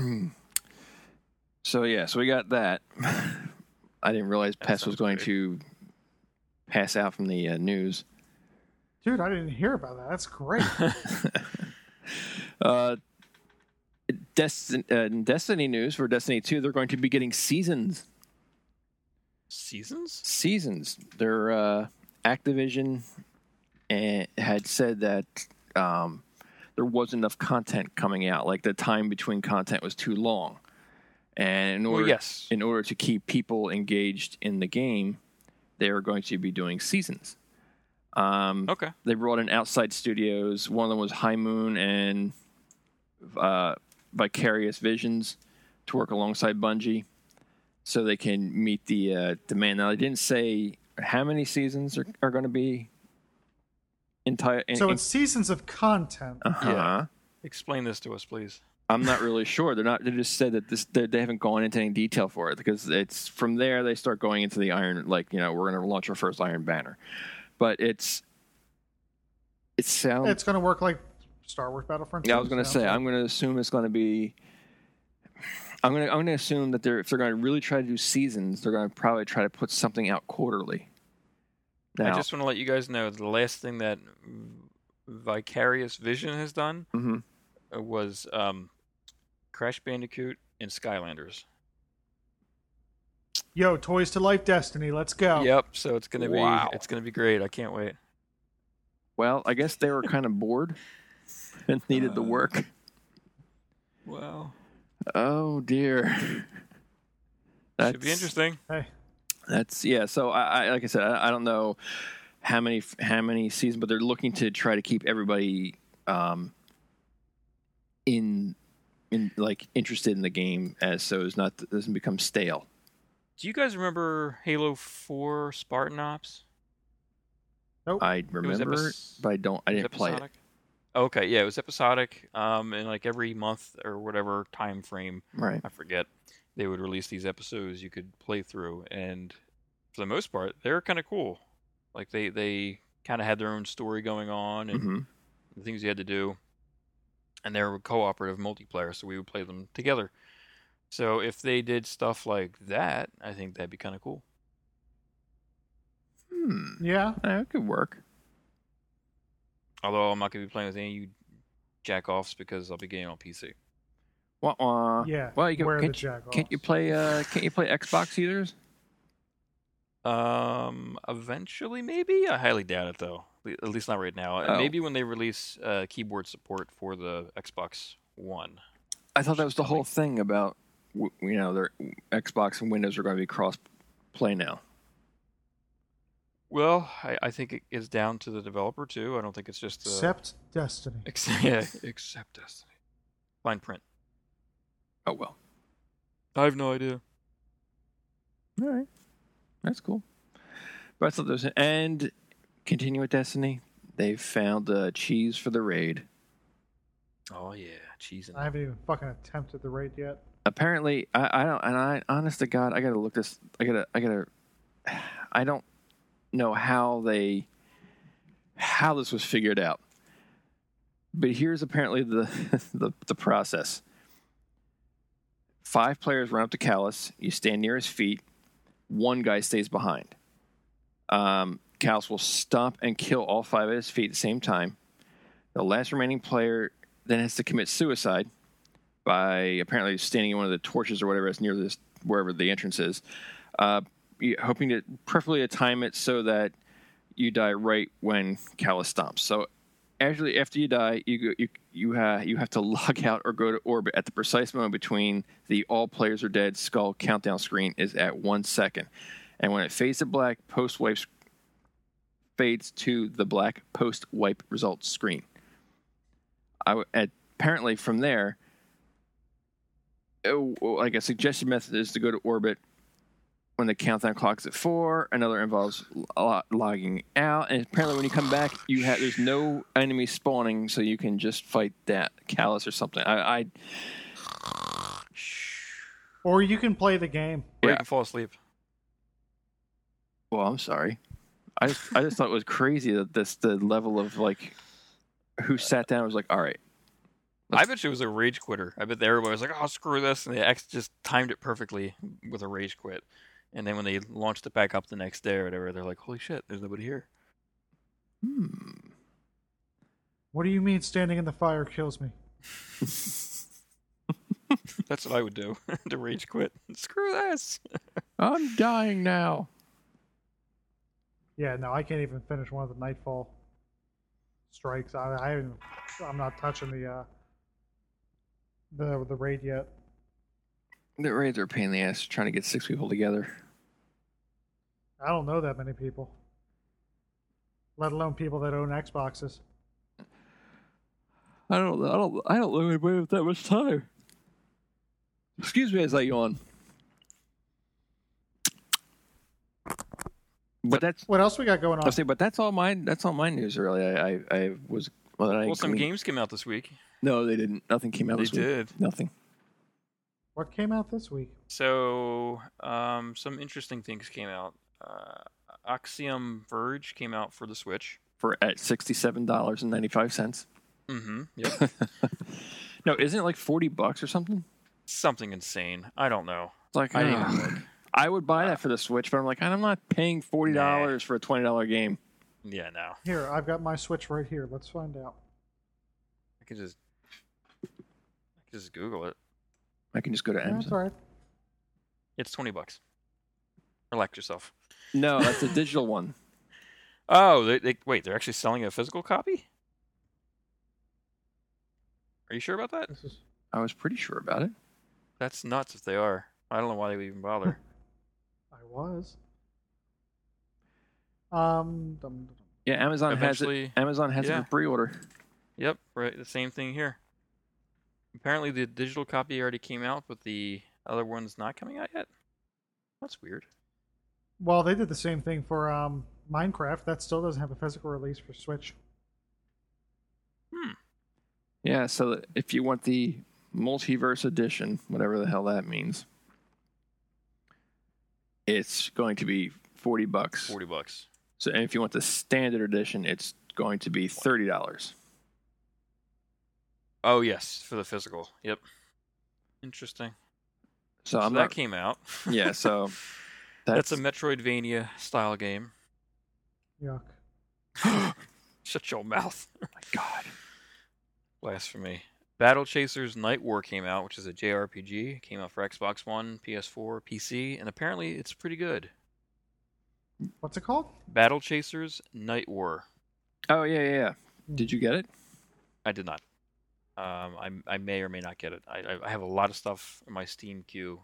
so yeah, so we got that. I didn't realize
That
Pest was
sounds
going
great.
to pass out from the uh, news.
Dude, I didn't hear about that. That's great.
Uh, Destiny, uh, Destiny news for Destiny 2, they're going to be getting seasons.
Seasons?
Seasons. They're uh, Activision and had said that um, there wasn't enough content coming out. Like the time between content was too long. And in order,
Well, yes.
in order to keep people engaged in the game, they are going to be doing seasons. Um,
Okay.
they brought in outside studios. One of them was High Moon and uh, Vicarious Visions to work alongside Bungie, so they can meet the uh, demand. Now they didn't say how many seasons are, are going to be entire.
so it's seasons of content.
uh huh.
Yeah. Explain this to us, please.
I'm not really sure. They're not. They just said that this. They, they haven't gone into any detail for it because it's from there they start going into the Iron. Like you know, we're going to launch our first Iron Banner, but it's. It sounds.
It's gonna work like Star Wars Battlefront.
um, Yeah, I
2,
was gonna
so-
say uh, I'm gonna assume it's gonna be. I'm gonna I'm gonna assume that they're if they're gonna really try to do seasons, they're gonna probably try to put something out quarterly. Now,
I just want to let you guys know the last thing that mm, Vicarious Vision has done
Mhm.
uh, was um, Crash Bandicoot and Skylanders.
Yo, Toys to Life Destiny, let's go.
Yep. So it's gonna
Wow.
be it's gonna be great. I can't wait.
well, I guess they were kind of bored and needed the
Uh.
work.
Wow.
Oh dear.
Should be interesting.
Hey,
That's yeah. So I, I like I said, I, I don't know how many how many seasons, but they're looking to try to keep everybody um, in in like interested in the game, as so it's not it doesn't become stale.
Do you guys remember Halo Four Spartan Ops?
I
It was
remember, it,
epis-
but I don't. I
it was
didn't play it.
episodic? Okay, yeah, it was episodic. Um, and like every month or whatever time frame,
Right.
I forget, they would release these episodes you could play through, and for the most part, they're kind of cool. Like they they kind of had their own story going on and
hmm
the things you had to do, and they were cooperative multiplayer, so we would play them together. So if they did stuff like that, I think that'd be kind of cool.
Hmm.
yeah.
That could work.
Although I'm not gonna be playing with any of you jack offs because I'll be getting on PC.
Wah, wah.
Yeah,
Well, you can,
where the
can't, you-
jack
can't you play? Uh, can't you play Xbox either?
Um, eventually, maybe. I highly doubt it, though. Le- At least not right now. Uh,
Oh.
Maybe when they release uh, keyboard support for the Xbox One.
I thought that was the whole thing about w- you know their Xbox and Windows are going to be cross play now.
Well, I, I think it is down to the developer too. I don't think it's just
uh,
the
Except Destiny.
ex- yeah, except Destiny. Fine print.
Oh well.
I have no idea.
All right. That's cool. But I thought there was- and continue with Destiny. They found uh, cheese for the raid.
Oh yeah, cheese and
I haven't even fucking attempted the raid yet.
Apparently, I, I don't. And I, honest to God, I gotta look this. I gotta. I gotta. I don't know how they how this was figured out. But here's apparently the the, the process. Five players run up to Callus. You stand near his feet. One guy stays behind. Um, Callus will stomp and kill all five at his feet at the same time. The last remaining player then has to commit suicide by apparently standing in one of the torches or whatever is near this wherever the entrance is, uh, you- hoping to perfectly time it so that you die right when Callus stomps. So actually, after you die, you go, you you uh, you have to log out or go to orbit at the precise moment between the all players are dead skull countdown screen is at one second, and when it fades to black, post wipe sc- fades to the black post wipe results screen. I w- apparently from there, uh, like a suggested method is to go to orbit when the countdown clock's at four. Another involves lo- logging out, and apparently when you come back, you have there's no enemy spawning, so you can just fight that callus or something. I, I
Or you can play the game.
Or
Yeah.
you can fall asleep.
well, I'm sorry. I just, I just thought it was crazy that this the level of like who sat down was like, all right,
I bet she was a rage quitter. I bet everybody was like, "Oh, screw this," and the X just timed it perfectly with a rage quit. And then when they launched it back up the next day or whatever, they're like, "Holy shit, there's nobody here."
hmm.
What do you mean standing in the fire kills me?
That's what I would do to rage quit. Screw this.
I'm dying now.
Yeah, no, I can't even finish one of the nightfall strikes. I, I haven't, I'm not touching the uh, the the raid yet.
The raids are a pain in the ass trying to get six people together.
I don't know that many people, let alone people that own Xboxes.
I don't, I don't, I don't know anybody with that much time. Excuse me as I yawn. But that's
What else we got going
I
on?
say, but uh, that's all my that's all my news really. I I, I was well, I
Well, some
gleaned-
games came out this week.
No, they didn't. Nothing came out.
They
this week.
did.
nothing.
What came out this week?
So, um, some interesting things came out. Uh, Axiom Verge came out for the Switch.
For at sixty seven dollars and ninety five cents.
Mm-hmm. Yep.
No, isn't it like forty bucks or something?
Something insane. I don't know.
It's like
I
I,
didn't even
I would buy that for the Switch, but I'm like, I'm not paying forty dollars for a twenty dollar game.
Yeah, no.
Here, I've got my Switch right here. Let's find out.
I could just, I could just Google it.
I can just go to
No, it's
Amazon.
all right.
It's twenty bucks. Relax yourself.
No, that's a digital one.
Oh, they, they wait. They're actually selling a physical copy. Are you sure about that?
This is
I was pretty sure about it.
That's nuts. If they are, I don't know why they would even bother.
I was. Um, dum, dum, dum.
Yeah, Amazon has
Eventually-
it. Amazon has
yeah.
it for pre-order.
Yep, right. The same thing here. Apparently, the digital copy already came out, but the other one's not coming out yet. That's weird.
well, they did the same thing for um, Minecraft. That still doesn't have a physical release for Switch.
Hmm.
Yeah, so that if you want the multiverse edition, whatever the hell that means, it's going to be forty bucks.
Forty bucks.
So, and if you want the standard edition, it's going to be thirty dollars.
Oh yes, for the physical. Yep. Interesting.
So,
So
I'm
that
not.
came out.
yeah, so
that's,
that's,
a Metroidvania style game.
Yuck.
Shut your mouth.
my god.
Blasphemy. Battle Chasers Night War came out, which is a JRPG. It came out for Xbox One, PS4, PC, and apparently it's pretty good.
What's it called?
Battle Chasers Night War.
Oh yeah, yeah. yeah. Did you get it?
I did not. Um, I I may or may not get it. I I- I have a lot of stuff in my Steam queue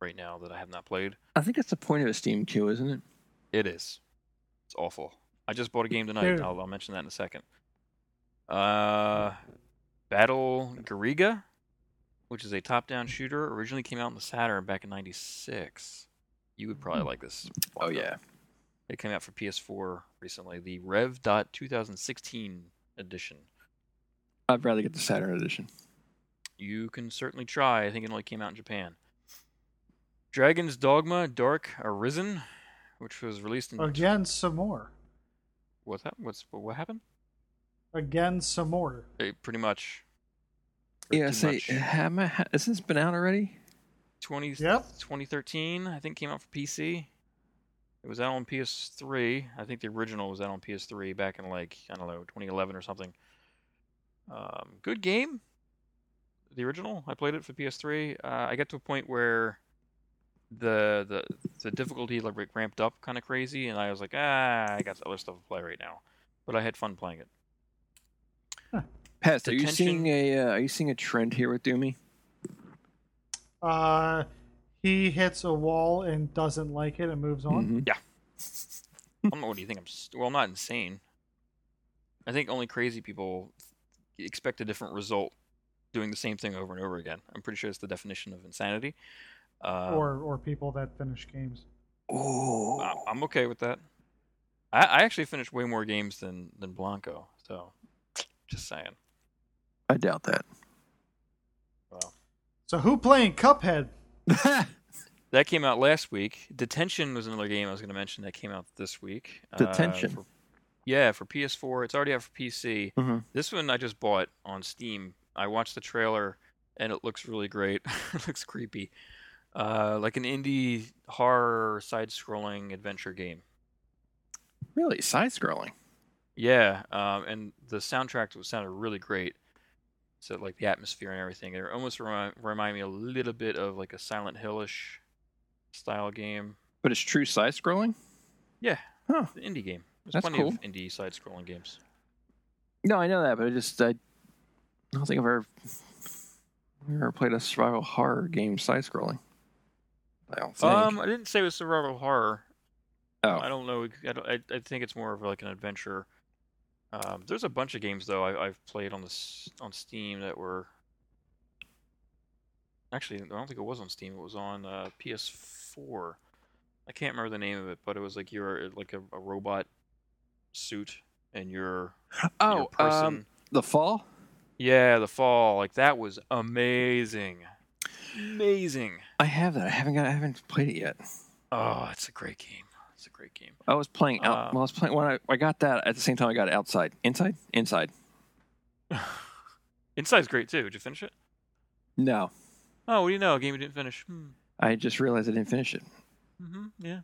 right now that I have not played.
I think that's the point of a Steam queue, isn't it?
It is. It's awful. I just bought a game tonight.
Dude.
I'll, I'll mention that in a second. Uh, Battle Gariga, which is a top-down shooter, originally came out on the Saturn back in '96. You would probably like this.
Oh yeah,
It came out for PS4 recently, the Rev. 2016 edition.
I'd rather get the Saturn edition.
You can certainly try. I think it only came out in Japan. Dragon's Dogma Dark Arisen, which was released in
Again, some more.
what's that? What's what happened?
Again, some more.
Eh, pretty much.
Yeah,
pretty
say,
much.
have my, has this been out already?
20,
Yep.
2013, I think came out for PC. It was out on PS3. I think the original was out on PS3 back in like, I don't know, 2011 or something. Um, good game. The original, I played it for PS3. Uh, I got to a point where the the the difficulty like ramped up kind of crazy and I was like, "Ah, I got other stuff to play right now." But I had fun playing it.
Pest, are you
Detention.
seeing a uh, are you seeing a trend here with Doomy?
Uh, he hits a wall and doesn't like it and moves on.
Mhm.
I don't know what do you think I'm s well, I'm not insane. I think only crazy people expect a different result doing the same thing over and over again. I'm pretty sure it's the definition of insanity. Uh,
or or people that finish games.
Oh,
I- I'm okay with that. I, I actually finished way more games than than Blanco, so just saying.
I doubt that.
Wow.
So who playing Cuphead?
That came out last week. Detention was another game I was going to mention that came out this week. Uh,
Detention.
for- yeah, for PS4. It's already out for PC.
Mhm.
This one I just bought on Steam. I watched the trailer and it looks really great. it looks creepy. Uh, like an indie horror side scrolling adventure game.
Really, side scrolling.
Yeah, um, and the soundtrack was sounded really great. So like the atmosphere and everything, it almost remind, remind me a little bit of like a Silent Hillish style game.
But it's true side scrolling?
Yeah.
Huh.
It's an indie game. There's
That's
plenty
cool.
of indie side scrolling games.
No, I know that, but I just I don't think I've ever ever played a survival horror game side scrolling. I don't think.
Um, I didn't say it was survival horror.
oh,
I don't know. I, don't, I, I think it's more of like an adventure. Um, there's a bunch of games though I, I've played on this on Steam that were actually I don't think it was on Steam. It was on uh, PS4. I can't remember the name of it, but it was like you're uh, like a, a robot suit and you're
oh,
your
um,
person.
the fall.
yeah, the fall like that was amazing, amazing.
I have that. I haven't got. I haven't played it yet.
Oh, it's a great game. It's a great game.
I was playing out.
Uh,
well, I was playing when I, I got that at the same time. I got it outside, inside, inside.
Inside's great too. Did you finish it?
No,
Oh, what do you know? A game you didn't finish. Hmm.
I just realized I didn't finish it.
Mm-hmm. Yeah.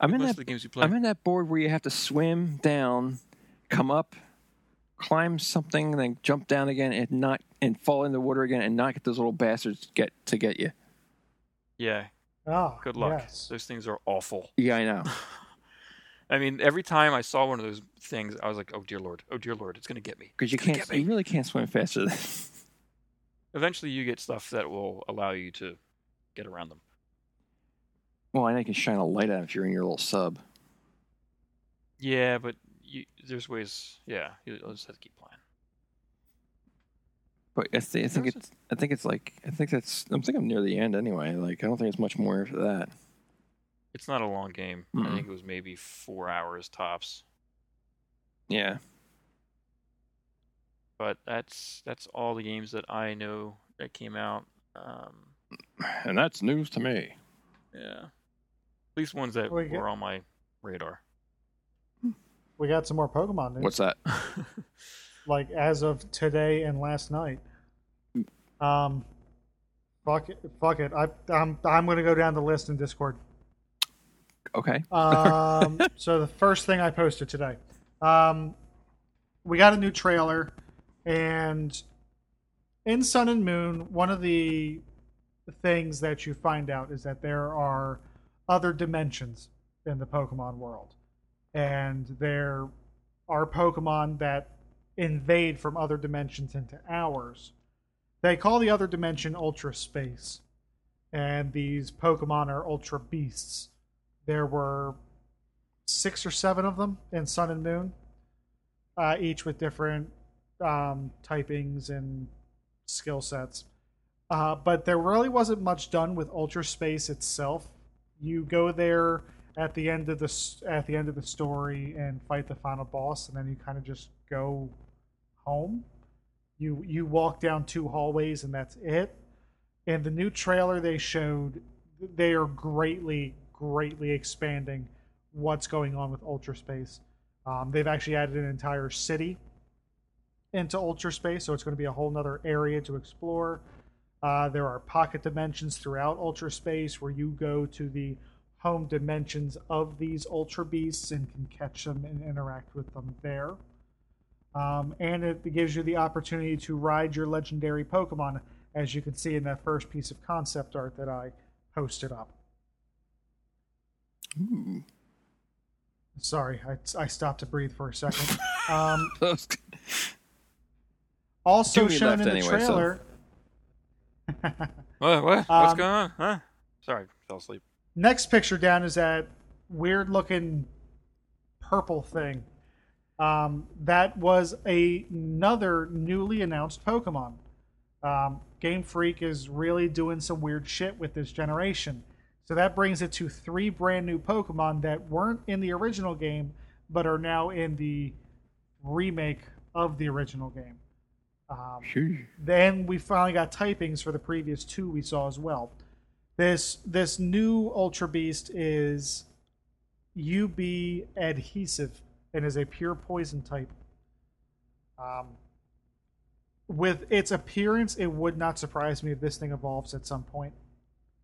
I'm in
Most
that.
of the games you play.
I'm in that board where you have to swim down, come up, climb something, then jump down again, and not and fall in the water again, and not get those little bastards to get to get you.
yeah.
Ah,
Good luck.
yes.
Those things are awful.
Yeah, I know.
I mean, every time I saw one of those things, I was like, "Oh dear lord! Oh dear lord! It's gonna get me."
Because you
It's gonna
can't.
get me.
You really can't swim faster than.
Eventually, you get stuff that will allow you to get around them.
Well, I know you can shine a light on if you're in your little sub.
Yeah, but you, there's ways. Yeah, you I'll just have to keep playing.
But I, thi- I think
There's
it's. I think it's like. I think that's. I'm think I'm near the end anyway. Like I don't think it's much more after that.
It's not a long game. I
Mm-mm.
think it was maybe four hours tops.
Yeah.
But that's that's all the games that I know that came out. Um,
And that's news to me.
yeah, at least ones that
Well, you
were
got-
on my radar.
We got some more Pokemon news.
What's that?
like as of today and last night. Um, fuck it, fuck it. I, I'm I'm gonna go down the list in Discord.
Okay.
Um, so the first thing I posted today, um, we got a new trailer, and in Sun and Moon, one of the things that you find out is that there are other dimensions in the Pokemon world, and there are Pokemon that invade from other dimensions into ours. They call the other dimension Ultra Space, and these Pokemon are Ultra Beasts there were six or seven of them in Sun and Moon, uh, each with different um, typings and skill sets. Uh, but there really wasn't much done with Ultra Space itself. You go there at the end of the s- at the end of the story and fight the final boss, and then you kind of just go home. You you walk down two hallways, and that's it. And the new trailer they showed, they are greatly greatly expanding what's going on with Ultra Space. Um, they've actually added an entire city into Ultra Space, so it's going to be a whole nother area to explore. Uh, there are pocket dimensions throughout Ultra Space where you go to the home dimensions of these Ultra Beasts and can catch them and interact with them there. Um, and it gives you the opportunity to ride your legendary Pokemon, as you can see in that first piece of concept art that I posted up.
Ooh.
Sorry, I, I stopped to breathe for a second. Um,
That's
also
Dewey
shown
left
in the
anyway, so-
trailer.
What? What? What's
Um,
going on? Huh? Sorry, fell asleep.
Next picture down is that weird looking purple thing. Um, that was a- another newly announced Pokemon. Um, Game Freak is really doing some weird shit with this generation. So that brings it to three brand new Pokemon that weren't in the original game, but are now in the remake of the original game. Um, then we finally got typings for the previous two we saw as well. This this new Ultra Beast is UB adhesive and is a pure poison type. Um, with its appearance, it would not surprise me if this thing evolves at some point.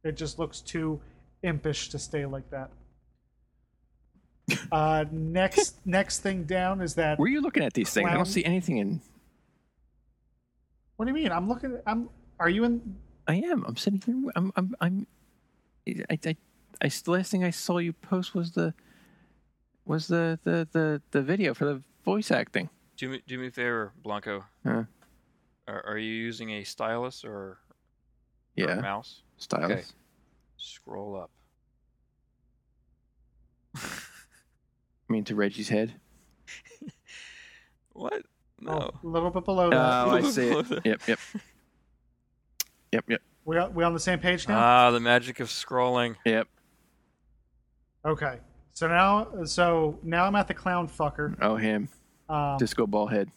It just looks too impish to stay like that. Uh, next next thing down is that.
Were you looking at these things? I
Clown.
don't see anything in.
What do you mean? I'm looking. I'm. Are you in?
I am. I'm sitting here. I'm. I'm. I'm I, I, I, the last thing I saw you post was the was the the the, the video for the voice acting.
Do me do me a favor, Blanco.
Huh?
Are, are you using a stylus or, or a
Yeah,
mouse?
styles.
Okay. Scroll up.
I mean, to Reggie's head.
What? No.
Oh, a little bit below that.
Oh, I see it. Yep, yep, yep, yep,
We we on the same page now?
Ah, the magic of scrolling.
yep.
okay. So now so now I'm at the clown fucker.
Oh, him,
Um,
disco ball head.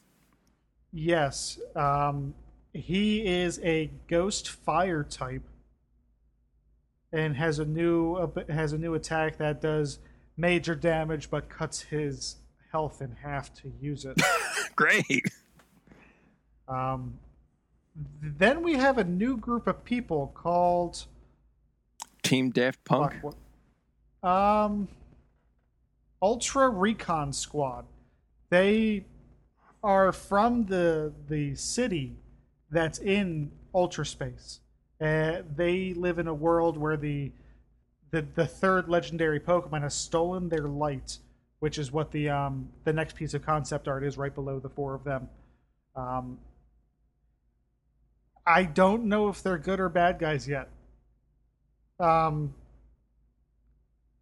yes. Um, he is a ghost fire type and has a new ab- has a new attack that does major damage but cuts his health in half to use it.
Great.
um, then we have a new group of people called
Team Daft Punk.
Fuck, what- Um, Ultra Recon Squad. They are from the the city that's in Ultra Space. Uh, they live in a world where the the the third legendary Pokemon has stolen their light, which is what the um the next piece of concept art is right below the four of them. Um, I don't know if they're good or bad guys yet. Um,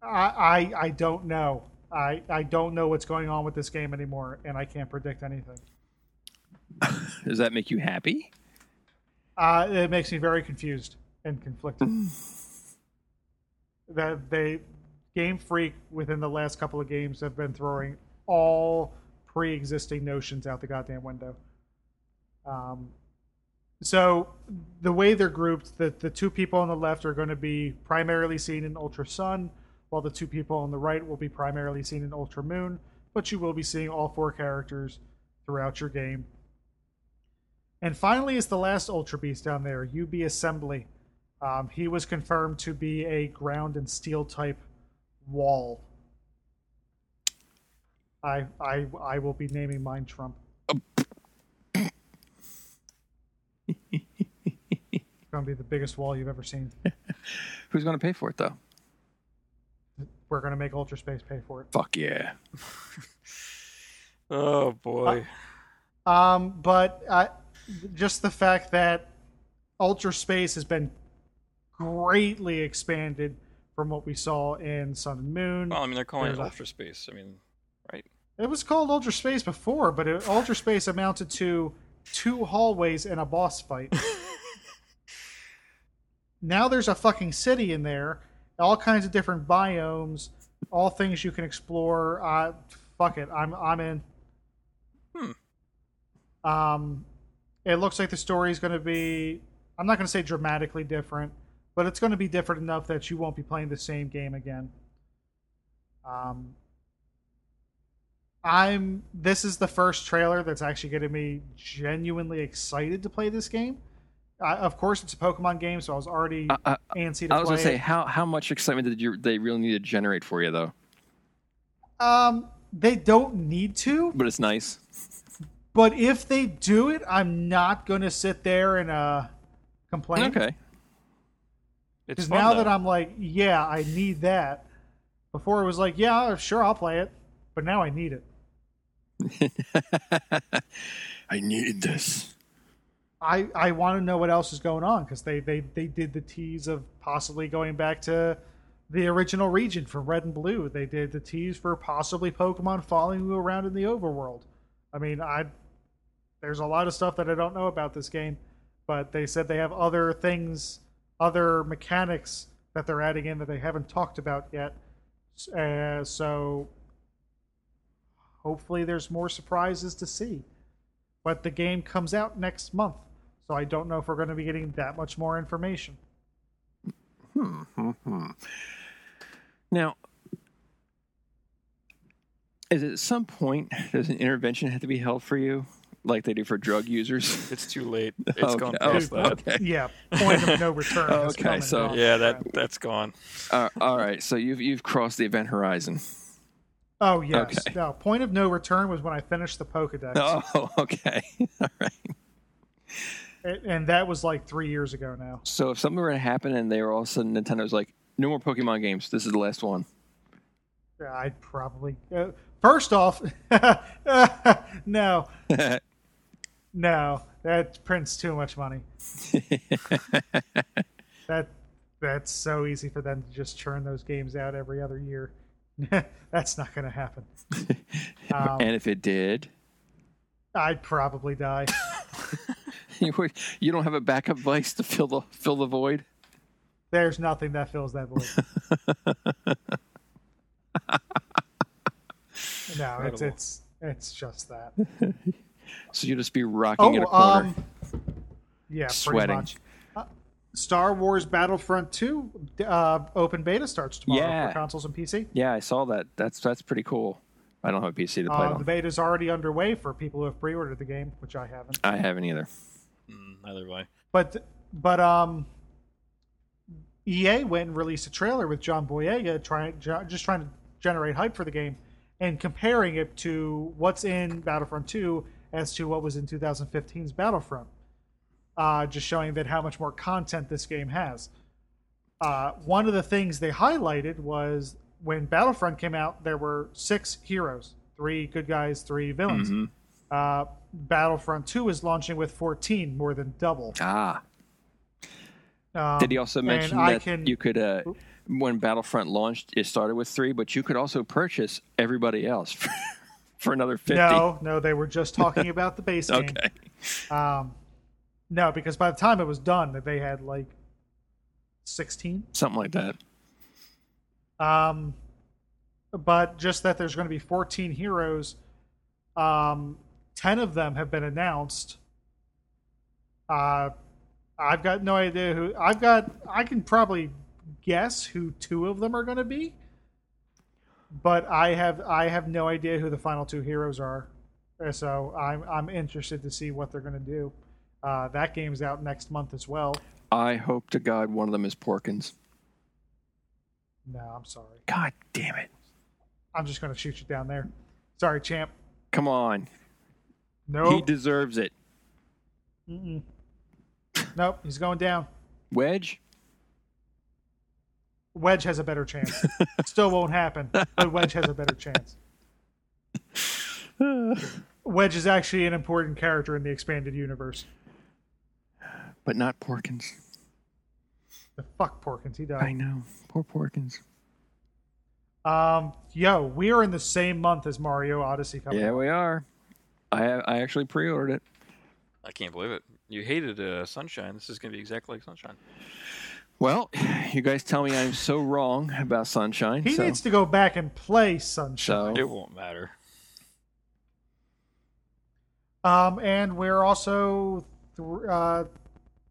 I, I I don't know. I I don't know what's going on with this game anymore, and I can't predict anything.
Does that make you happy?
Uh, it makes me very confused and conflicted. that they Game Freak within the last couple of games have been throwing all pre-existing notions out the goddamn window. Um, so the way they're grouped, the the two people on the left are going to be primarily seen in Ultra Sun, while the two people on the right will be primarily seen in Ultra Moon. But you will be seeing all four characters throughout your game. And finally, is the last Ultra Beast down there, UB Assembly. Um, he was confirmed to be a ground and steel type wall. I I I will be naming mine Trump. it's gonna be the biggest wall you've ever seen.
Who's going to pay for it though?
We're gonna make Ultra Space pay for it.
Fuck yeah.
Oh
Uh,
boy.
Um, but I, just the fact that Ultra Space has been greatly expanded from what we saw in Sun and Moon.
Well, I mean, they're calling it
There's a-
Ultra Space. I mean,
It was called Ultra Space before, but it, Ultra Space amounted to two hallways and a boss fight. now there's a fucking city in there, all kinds of different biomes, all things you can explore. Uh, fuck it, I'm I'm in. Hmm. Um, it looks like the story is going to be. I'm not going to say dramatically different, but it's going to be different enough that you won't be playing the same game again. Um, I'm this is the first trailer that's actually getting me genuinely excited to play this game. I, of course, it's a Pokemon game, so I was already
I, I,
antsy to
I was
play.
gonna say how how much excitement did you they really need to generate for you though?
it. Um, they don't need to,
But it's nice.
but if they do it, I'm not going to sit there and uh complain.
Okay.
it's
Because
fun,
now
though.
that I'm like, yeah, I need that. Before it was like, yeah, sure, I'll play it, but now I need it.
I needed this.
I, I want to know what else is going on because they, they, they did the tease of possibly going back to the original region for Red and Blue. They did the tease for possibly Pokemon following you around in the overworld. I mean, I there's a lot of stuff that I don't know about this game, but they said they have other things, other mechanics that they're adding in that they haven't talked about yet. S- Uh, so hopefully there's more surprises to see but the game comes out next month, so I don't know if we're going to be getting that much more information.
Hmm, hmm, hmm. Now, is it at some point does an intervention have to be held for you, like they do for drug users?
it's too late. It's
It's
gone
Oh,
past that.
okay.
Yeah, point of no return. is
Okay,
coming
so-
up.
Yeah, that that's gone.
Uh, all right, so you've you've crossed the event horizon.
Oh yes,
Okay.
no. Point of no return was when I finished the Pokedex,
Oh, okay. All right.
A- and that was like three years ago now.
So if something were to happen and they were all of a sudden Nintendo's like, no more Pokemon games. This is the last one.
Yeah, I'd probably uh, first off, no, no, that prints too much money. That that's so easy for them to just churn those games out every other year. that's not going to happen. Um,
and if it did,
I'd probably die.
you would, you don't have a backup vice to fill the fill the void.
There's nothing that fills that void. no, it's
Incredible.
it's it's just that.
So you'll just be rocking in a
Oh,
corner,
um, yeah, pretty
sweating.
much. Uh, Star Wars Battlefront 2 uh, open beta starts tomorrow
Yeah.
for consoles and PC.
Yeah, I saw that. That's that's pretty cool. I don't have a PC to play it
Uh, the
on.
beta is already underway for people who have pre-ordered the game, which I haven't.
I haven't either.
Mm, Neither have I.
But but um, EA went and released a trailer with John Boyega trying ju- just trying to generate hype for the game and comparing it to what's in Battlefront 2 as to what was in 2015's Battlefront. Uh, just showing that how much more content this game has. Uh, one of the things they highlighted was when Battlefront came out, there were six heroes, three good guys, three villains.
Mhm.
Uh, Battlefront 2 is launching with 14, more than double.
Ah,
Um,
did he also
and
mention
I
that
can-
you could uh, when Battlefront launched, it started with three, but you could also purchase everybody else for, for another fifty.
No, no, they were just talking about the base game.
Okay.
Um, no, because by the time it was done, that they had like sixteen.
Something like that.
Um, but just that there's going to be fourteen heroes. Um, ten of them have been announced. Uh, I've got no idea who. I've got. I can probably guess who two of them are going to be. But I have I have no idea who the final two heroes are, Uh, so I'm I'm interested to see what they're going to do. Uh, that game's out next month as well.
I hope to God one of them is Porkins.
No, I'm sorry.
God damn it!
I'm just going to shoot you down there. Sorry, champ.
Come on, he
No.
deserves it.
Mm-mm. Nope, he's going down.
Wedge.
Wedge has a better chance. Still won't happen, but Wedge has a better chance. Wedge is actually an important character in the expanded universe.
but not Porkins.
The fuck Porkins, he
I
died.
know. Poor Porkins.
Um, yo, we are in the same month as Mario Odyssey coming.
Yeah,
out.
we are. I I actually pre-ordered it.
I can't believe it. You hated uh, Sunshine. This is going to be exactly like Sunshine.
Well, you guys tell me I'm so wrong about Sunshine.
he
so,
needs to go back and play Sunshine.
so
It won't matter.
Um, and we're also th- uh,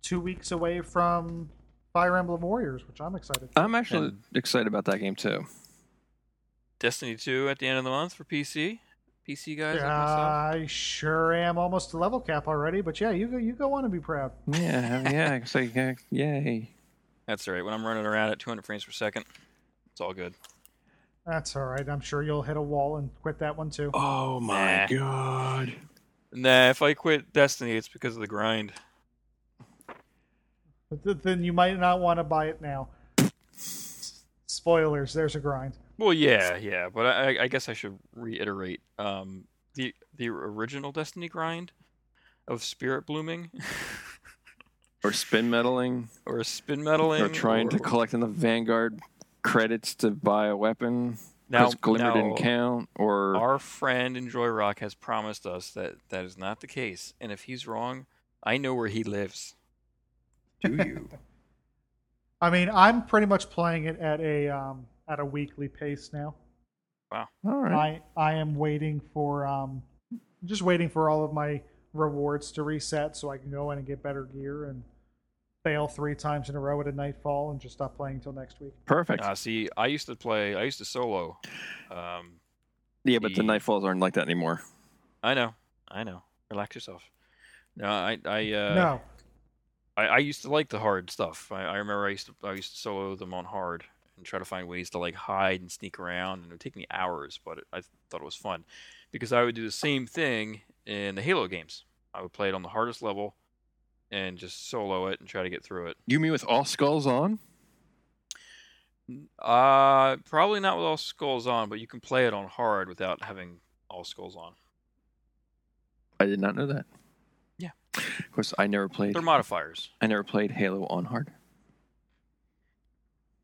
two weeks away from Fire Emblem Warriors, which I'm excited. for.
I'm actually excited about that game too.
Destiny 2 at the end of the month for PC. PC guys like myself.
I sure am almost to level cap already, but yeah, you go, you go on and be proud.
Yeah, yeah, it's like, yeah, yay.
That's all right. When I'm running around at 200 frames per second, it's all good.
That's all right. I'm sure you'll hit a wall and quit that one too.
Oh
my
god.
Nah, if I quit Destiny, it's because of the grind.
But th- then you might not want to buy it now. Spoilers. There's a grind.
Well, yeah, yeah, but I, I guess I should reiterate um, the the original Destiny grind of spirit blooming
Or spin medaling,
or spin medaling
or trying to
or-
collect in the Vanguard credits to buy a weapon.
now,
because Glimmer
now,
didn't count, or
Our friend in Joy Rock has promised us that that is not the case, and if he's wrong, I know where he lives.
do you?
I mean, I'm pretty much playing it at a um, at a weekly pace now.
All right.
I I am waiting for um, just waiting for all of my rewards to reset so I can go in and get better gear and fail three times in a row at a nightfall and just stop playing until next week.
Perfect.
Uh, see, I used to play. I used to solo. Um,
yeah, but the
the-
Nightfalls aren't like that anymore.
I know, I know. Relax yourself. No, I, I, uh,
no,
I, I used to like the hard stuff. I, I remember I used to I used to solo them on hard and try to find ways to like hide and sneak around, and it would take me hours, but it, I thought it was fun because I would do the same thing in the Halo games. I would play it on the hardest level and just solo it and try to get through it.
You mean with all skulls on?
Uh, probably not with all skulls on, but you can play it on hard without having all skulls on.
I did not know that.
Yeah.
Of course, I never played.
They're modifiers.
I never played Halo on hard.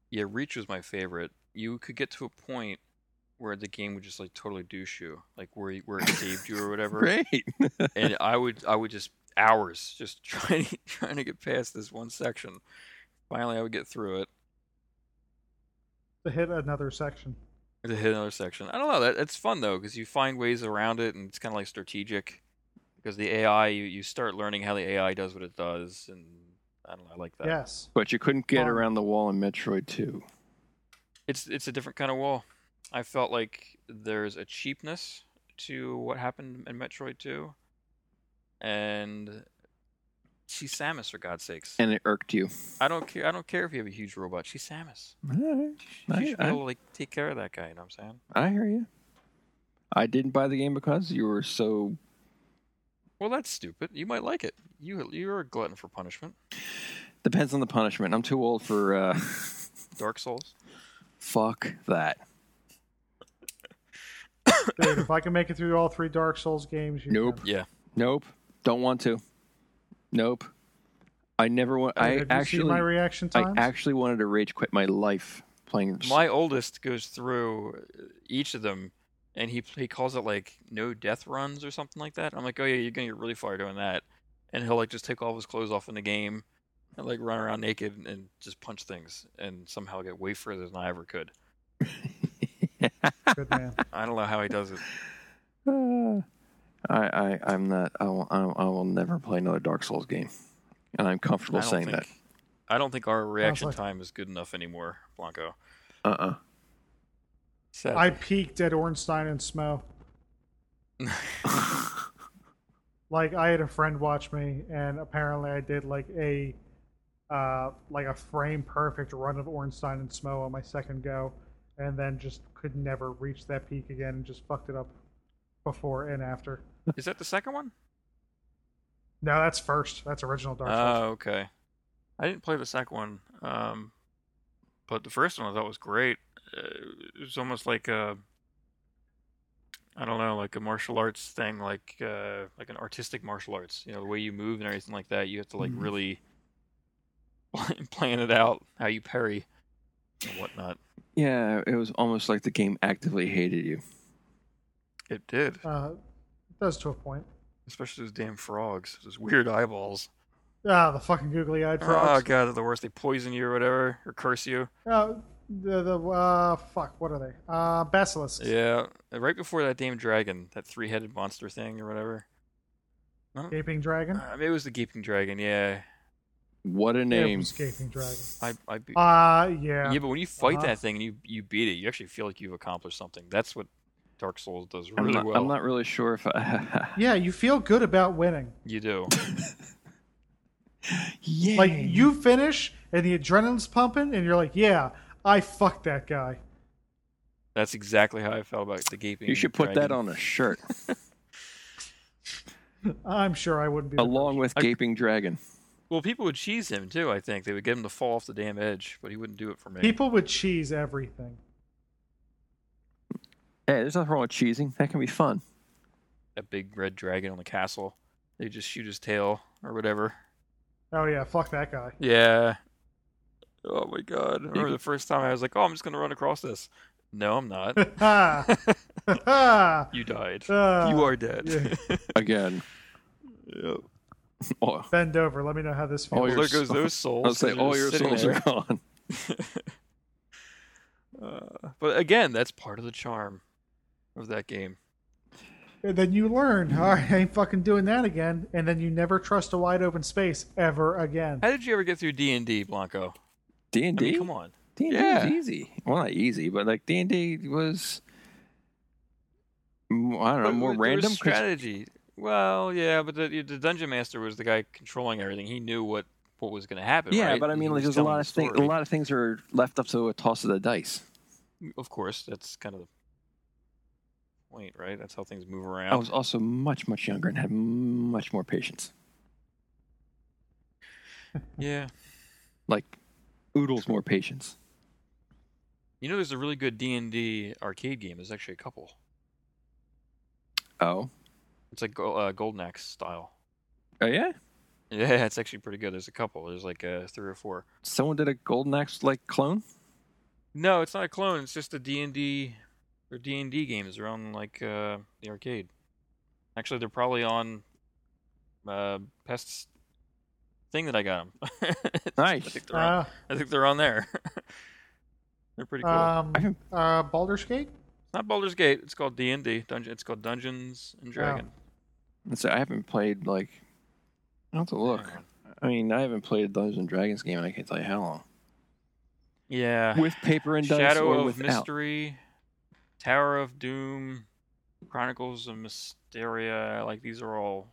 Yeah, Reach was my favorite. You could get to a point where the game would just like totally douche you, like where where it saved you or whatever.
Great.
and I would I would just hours just trying trying to get past this one section. Finally, I would get through it
to hit another section.
to hit another section. I don't know. That it's fun though because you find ways around it, and it's kind of like strategic because the AI you, you start learning how the AI does what it does, and I don't know. I like that.
Yes.
But you couldn't get
Um,
around the wall in Metroid 2.
it's it's a different kind of wall. I felt like there's a cheapness to what happened in Metroid 2, and she's Samus for God's sakes.
And it irked you.
I don't care. I don't care if you have a huge robot. She's Samus.
I-
She should be
I-
able to like take care of that guy. You know what I'm saying?
I hear you. I didn't buy the game because you were so.
Well, that's stupid. You might like it. You you're a glutton for punishment.
Depends on the punishment. I'm too old for. Uh,
Dark Souls.
fuck that.
Dude, if I can make it through all three Dark Souls games, you
Nope.
can.
Yeah.
Nope. Don't want to. Nope. I never want.
Have
I
you seen my
actually.
reaction
I
times?
actually wanted to rage quit my life playing.
My oldest goes through uh, each of them, and he he calls it like no death runs or something like that. I'm like, oh yeah, you're gonna get really far doing that. And he'll like just take all of his clothes off in the game, and like run around naked and, and just punch things, and somehow get way further than I ever could.
Good man.
I don't know how he does it.
Uh, I, I I'm not. I will, I will. I will never play another Dark Souls game, and I'm comfortable
I don't
saying
think- I don't think our reaction
like-
time is good enough anymore, Blanco.
that. Uh.
Sad.
I peaked at Ornstein and Smo.
uh
Like I had a friend watch me, and apparently I did like a uh, like a frame perfect run of Ornstein and Smo on my second go, and then just could never reach that peak again, and just fucked it up before and after.
Is that the second one?
No, that's first. That's original
Oh,
Dark Souls.
okay. I didn't play the second one, um, but the first one I thought was great. Uh, it was almost like a, I don't know, like a martial arts thing, like uh, like an artistic martial arts. You know, the way you move and everything like that. You have to like
Mhm.
really playing it out, how you parry and whatnot.
Yeah, it was almost like the game actively hated you.
It did,
Oh.
Uh, it does to a point.
especially those damn frogs, those weird eyeballs.
Ah, the fucking googly eyed
Oh
frogs.
god, they're the worst. They poison you or whatever, or curse you.
Uh, the the uh, fuck. What are they? Uh, basilisks.
Yeah, uh, right before that damn dragon, that three-headed monster thing or whatever.
Gaping dragon.
Uh, maybe it was the gaping dragon. Yeah,
What a
Yeah, it
name!
was gaping dragon.
I, I
Oh,
beat.
Uh, yeah.
yeah, but when you fight
Uh-huh.
that thing and you you beat it, you actually feel like you've accomplished something. That's what Dark Souls does really
I'm, not,
well.
I'm not really sure if I.
Yeah, you feel good about winning.
You do.
yeah.
Like you finish and the adrenaline's pumping, and you're like, "Yeah, I fucked that guy."
That's exactly how I felt about the gaping.
you should put that
dragon.
on a shirt
I'm sure I wouldn't be. the
along with
I-
gaping dragon.
Well, people would cheese him too. I think they would get him to fall off the damn edge, but he wouldn't do it for me.
first. People would cheese everything.
Hey, there's nothing wrong with cheesing. That can be fun.
That big red dragon on the castle. They just shoot his tail or whatever.
Oh yeah, fuck that guy.
Yeah. Oh my god! I remember
can-
the first time I was like, "Oh, I'm just gonna run across this." No, I'm not.
Ha ha.
you died.
Uh,
you are dead.
Again,
Yep.
oh,
Bend over. Let me know how this
All
Well,
feels.
your
there goes
soul-
those souls.
I'll say
'cause
all
they're
your
just sitting
souls are
there.
gone.
Uh, but again, that's part of the charm of that game.
And then you learn. All right, I ain't fucking doing that again. And then you never trust a wide open space ever again.
How did you ever get through D and D, Blanco?
D and
I mean,
D.
come on.
D and
Yeah.
D was easy. Well, not easy, but like D and D was. m- I don't know,
But
more
there was
random. 'cause-
strategy. Well, yeah, but the, the dungeon master was the guy controlling everything. He knew what what was going to happen.
Yeah,
right?
but I
He
mean, like,
was
there's a
telling
lot
the
of things. A
story.
lot of things are left up to a toss of the dice.
Of course, that's kind of the point, right? That's how things move around.
I was also much, much younger and had much more patience.
Yeah.
Like, oodles more patience.
You know, there's a really good D and D arcade game. There's actually a couple.
Oh,
It's like Go- uh, Golden Axe style.
oh yeah.
Yeah, it's actually pretty good. There's a couple. There's like uh, three or four.
Someone did a golden axe like clone.
No, it's not a clone. It's just a D and D or D and D games. They're on like uh, the arcade. Actually, they're probably on uh, Pest's thing that I got 'em. I
Nice.
think they're on,
Uh,
I think they're on there. they're pretty cool.
I haven't-
um, uh, Baldur's Gate.
It's not Baldur's Gate. It's called D and D. Dungeon. It's called Dungeons and Dragon.
And So I haven't played like. I will have to look. I mean, I haven't played a Dungeons and Dragons game. and I can't tell you how long.
Yeah.
With paper and dice
Shadow
or
of
without.
Mystery, Tower of Doom, Chronicles of Mysteria. Like these are all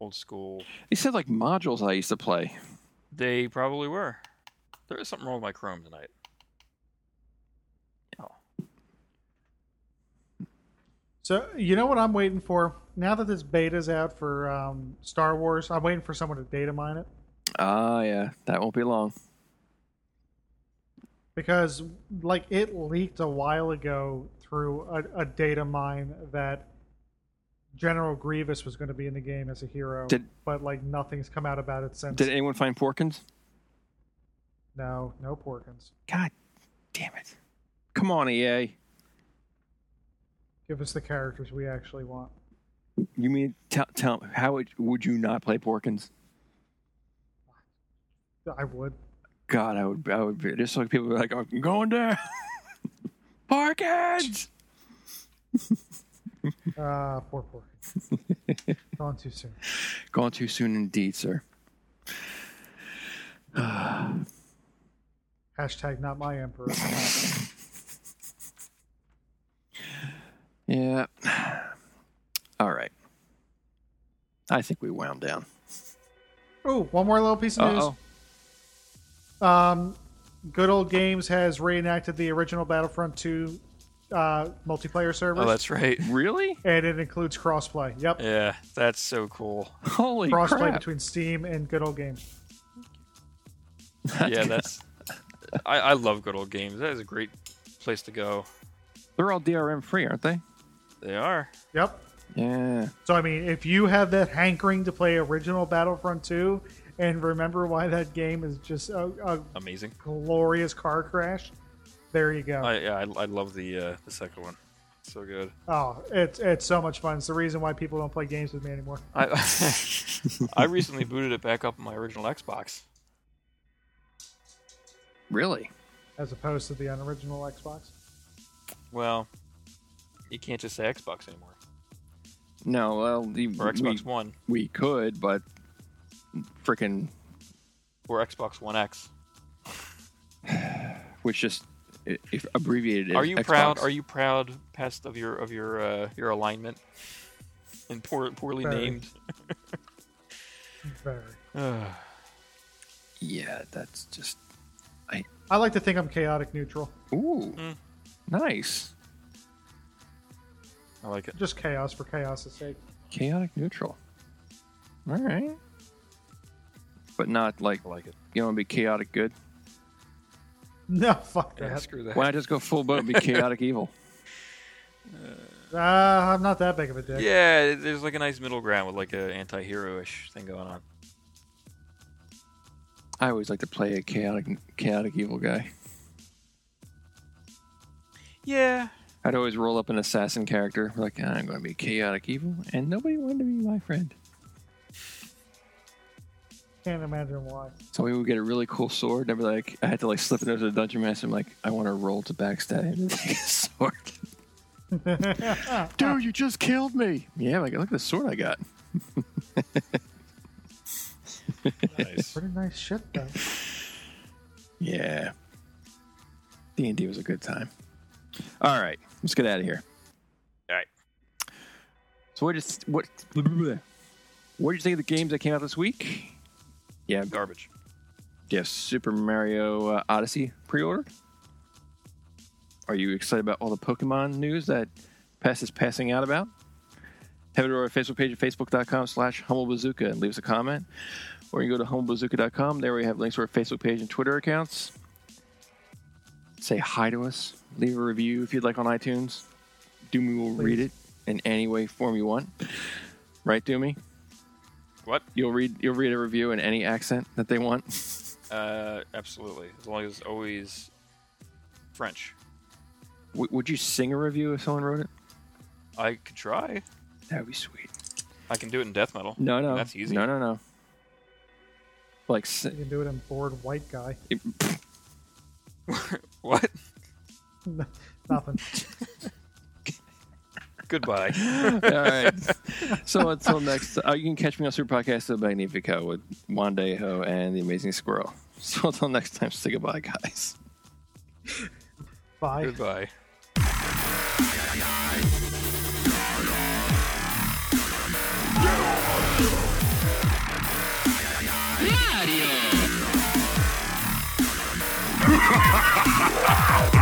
old school.
They said like modules I used to play.
They probably were. There is something wrong with my Chrome tonight.
So you know what I'm waiting for? Now that this beta's out for um, Star Wars, I'm waiting for someone to data mine it
Ah, yeah, that won't be long.
because like it leaked a while ago through a, a data mine that General Grievous was going to be in the game as a hero,
Did-
but like nothing's come out about it since.
Did anyone find Porkins?
no, no Porkins.
God damn it! Come on, E EA.
Give us the characters we actually want.
You mean tell tell how would, would you not play Porkins?
I would.
God, I would I would be just like people were like I'm going down. Porkins.
Uh, poor Porkins. Gone too soon.
Gone too soon indeed, sir.
Hashtag not my emperor.
Yeah. All right. I think we wound down.
oh, one more little piece of news.
Uh-oh.
Um, Good Old Games has reenacted the original Battlefront 2 uh, multiplayer servers,
Oh, that's right.
Really?
and it includes crossplay. Yep,
Yeah, that's so cool.
Holy
crossplay
crap!
between Steam and Good Old Games.
Yeah, that's. I, I love good old games. That is a great place to go.
They're all DRM free, aren't they?
They are.
Yep.
Yeah.
So I mean, if you have that hankering to play original Battlefront 2 and remember why that game is just a, a
Amazing.
glorious car crash. There you go.
I yeah, I, I love the uh, the second one. So good.
oh, it's it's so much fun. It's the reason why people don't play games with me anymore.
I I recently booted it back up on my original Xbox.
Really?
as opposed to the unoriginal Xbox.
Well, you can't just say Xbox anymore
No. Well, the,
or Xbox
we,
One
we could, but freaking,
or Xbox One X.
which just i- if abbreviated.
Are
as
you
Xbox.
proud? Are you proud, pest of your of your uh, your alignment and poor, poorly
Very.
named?
Very.
Yeah, that's just.
I like to think I'm chaotic neutral,
Ooh,
Mm.
nice.
I like it.
just chaos for chaos's sake.
Chaotic neutral. All right. But not like
I like it.
you want to be chaotic good.
No, fuck
Yeah,
that.
screw that.
Why not just go full boat and be chaotic evil?
Uh, I'm not that big of a dick.
Yeah, there's like a nice middle ground with like a anti-hero-ish thing going on.
I always like to play a chaotic chaotic evil guy.
Yeah,
I'd always roll up an assassin character, like I'm going to be chaotic evil, and nobody wanted to be my friend.
Can't imagine why.
So we would get a really cool sword, and I'd be like, I had to like slip it over to the dungeon master. I'm like, I want to roll to backstab him to take his sword. Dude, you just killed me. Yeah, like look at the sword I got.
nice.
Pretty nice shit though.
Yeah, D and D was a good time. All right, let's get out of here.
All right.
So what just what what did you think of the games that came out this week? Yeah,
Garbage.
Yes, Super Mario uh, Odyssey pre-ordered. Are you excited about all the Pokemon news that Pest is passing out about? Head over to our Facebook page at facebook.com slash humblebazooka and leave us a comment. Or you can go to humblebazooka.com. There we have links to our Facebook page and Twitter accounts. Say hi to us. Leave a review if you'd like on iTunes. Doomy will read it in any way, form you want. Right, Doomy?
What?
You'll read you'll read a review in any accent that they want.
Uh, absolutely. As long as it's always French.
W- would you sing a review if someone wrote it?
I could try.
That would be sweet.
I can do it in death metal.
No, no,
That's easy.
No, no, no. Like, si-
You can do it in bored white guy.
What?
Nothing.
Goodbye.
all right. So until next, uh, you can catch me on Super Podcast El Magnifico with Wandejo and the Amazing Squirrel. So until next time, say goodbye, guys.
Bye.
Goodbye.
Mario!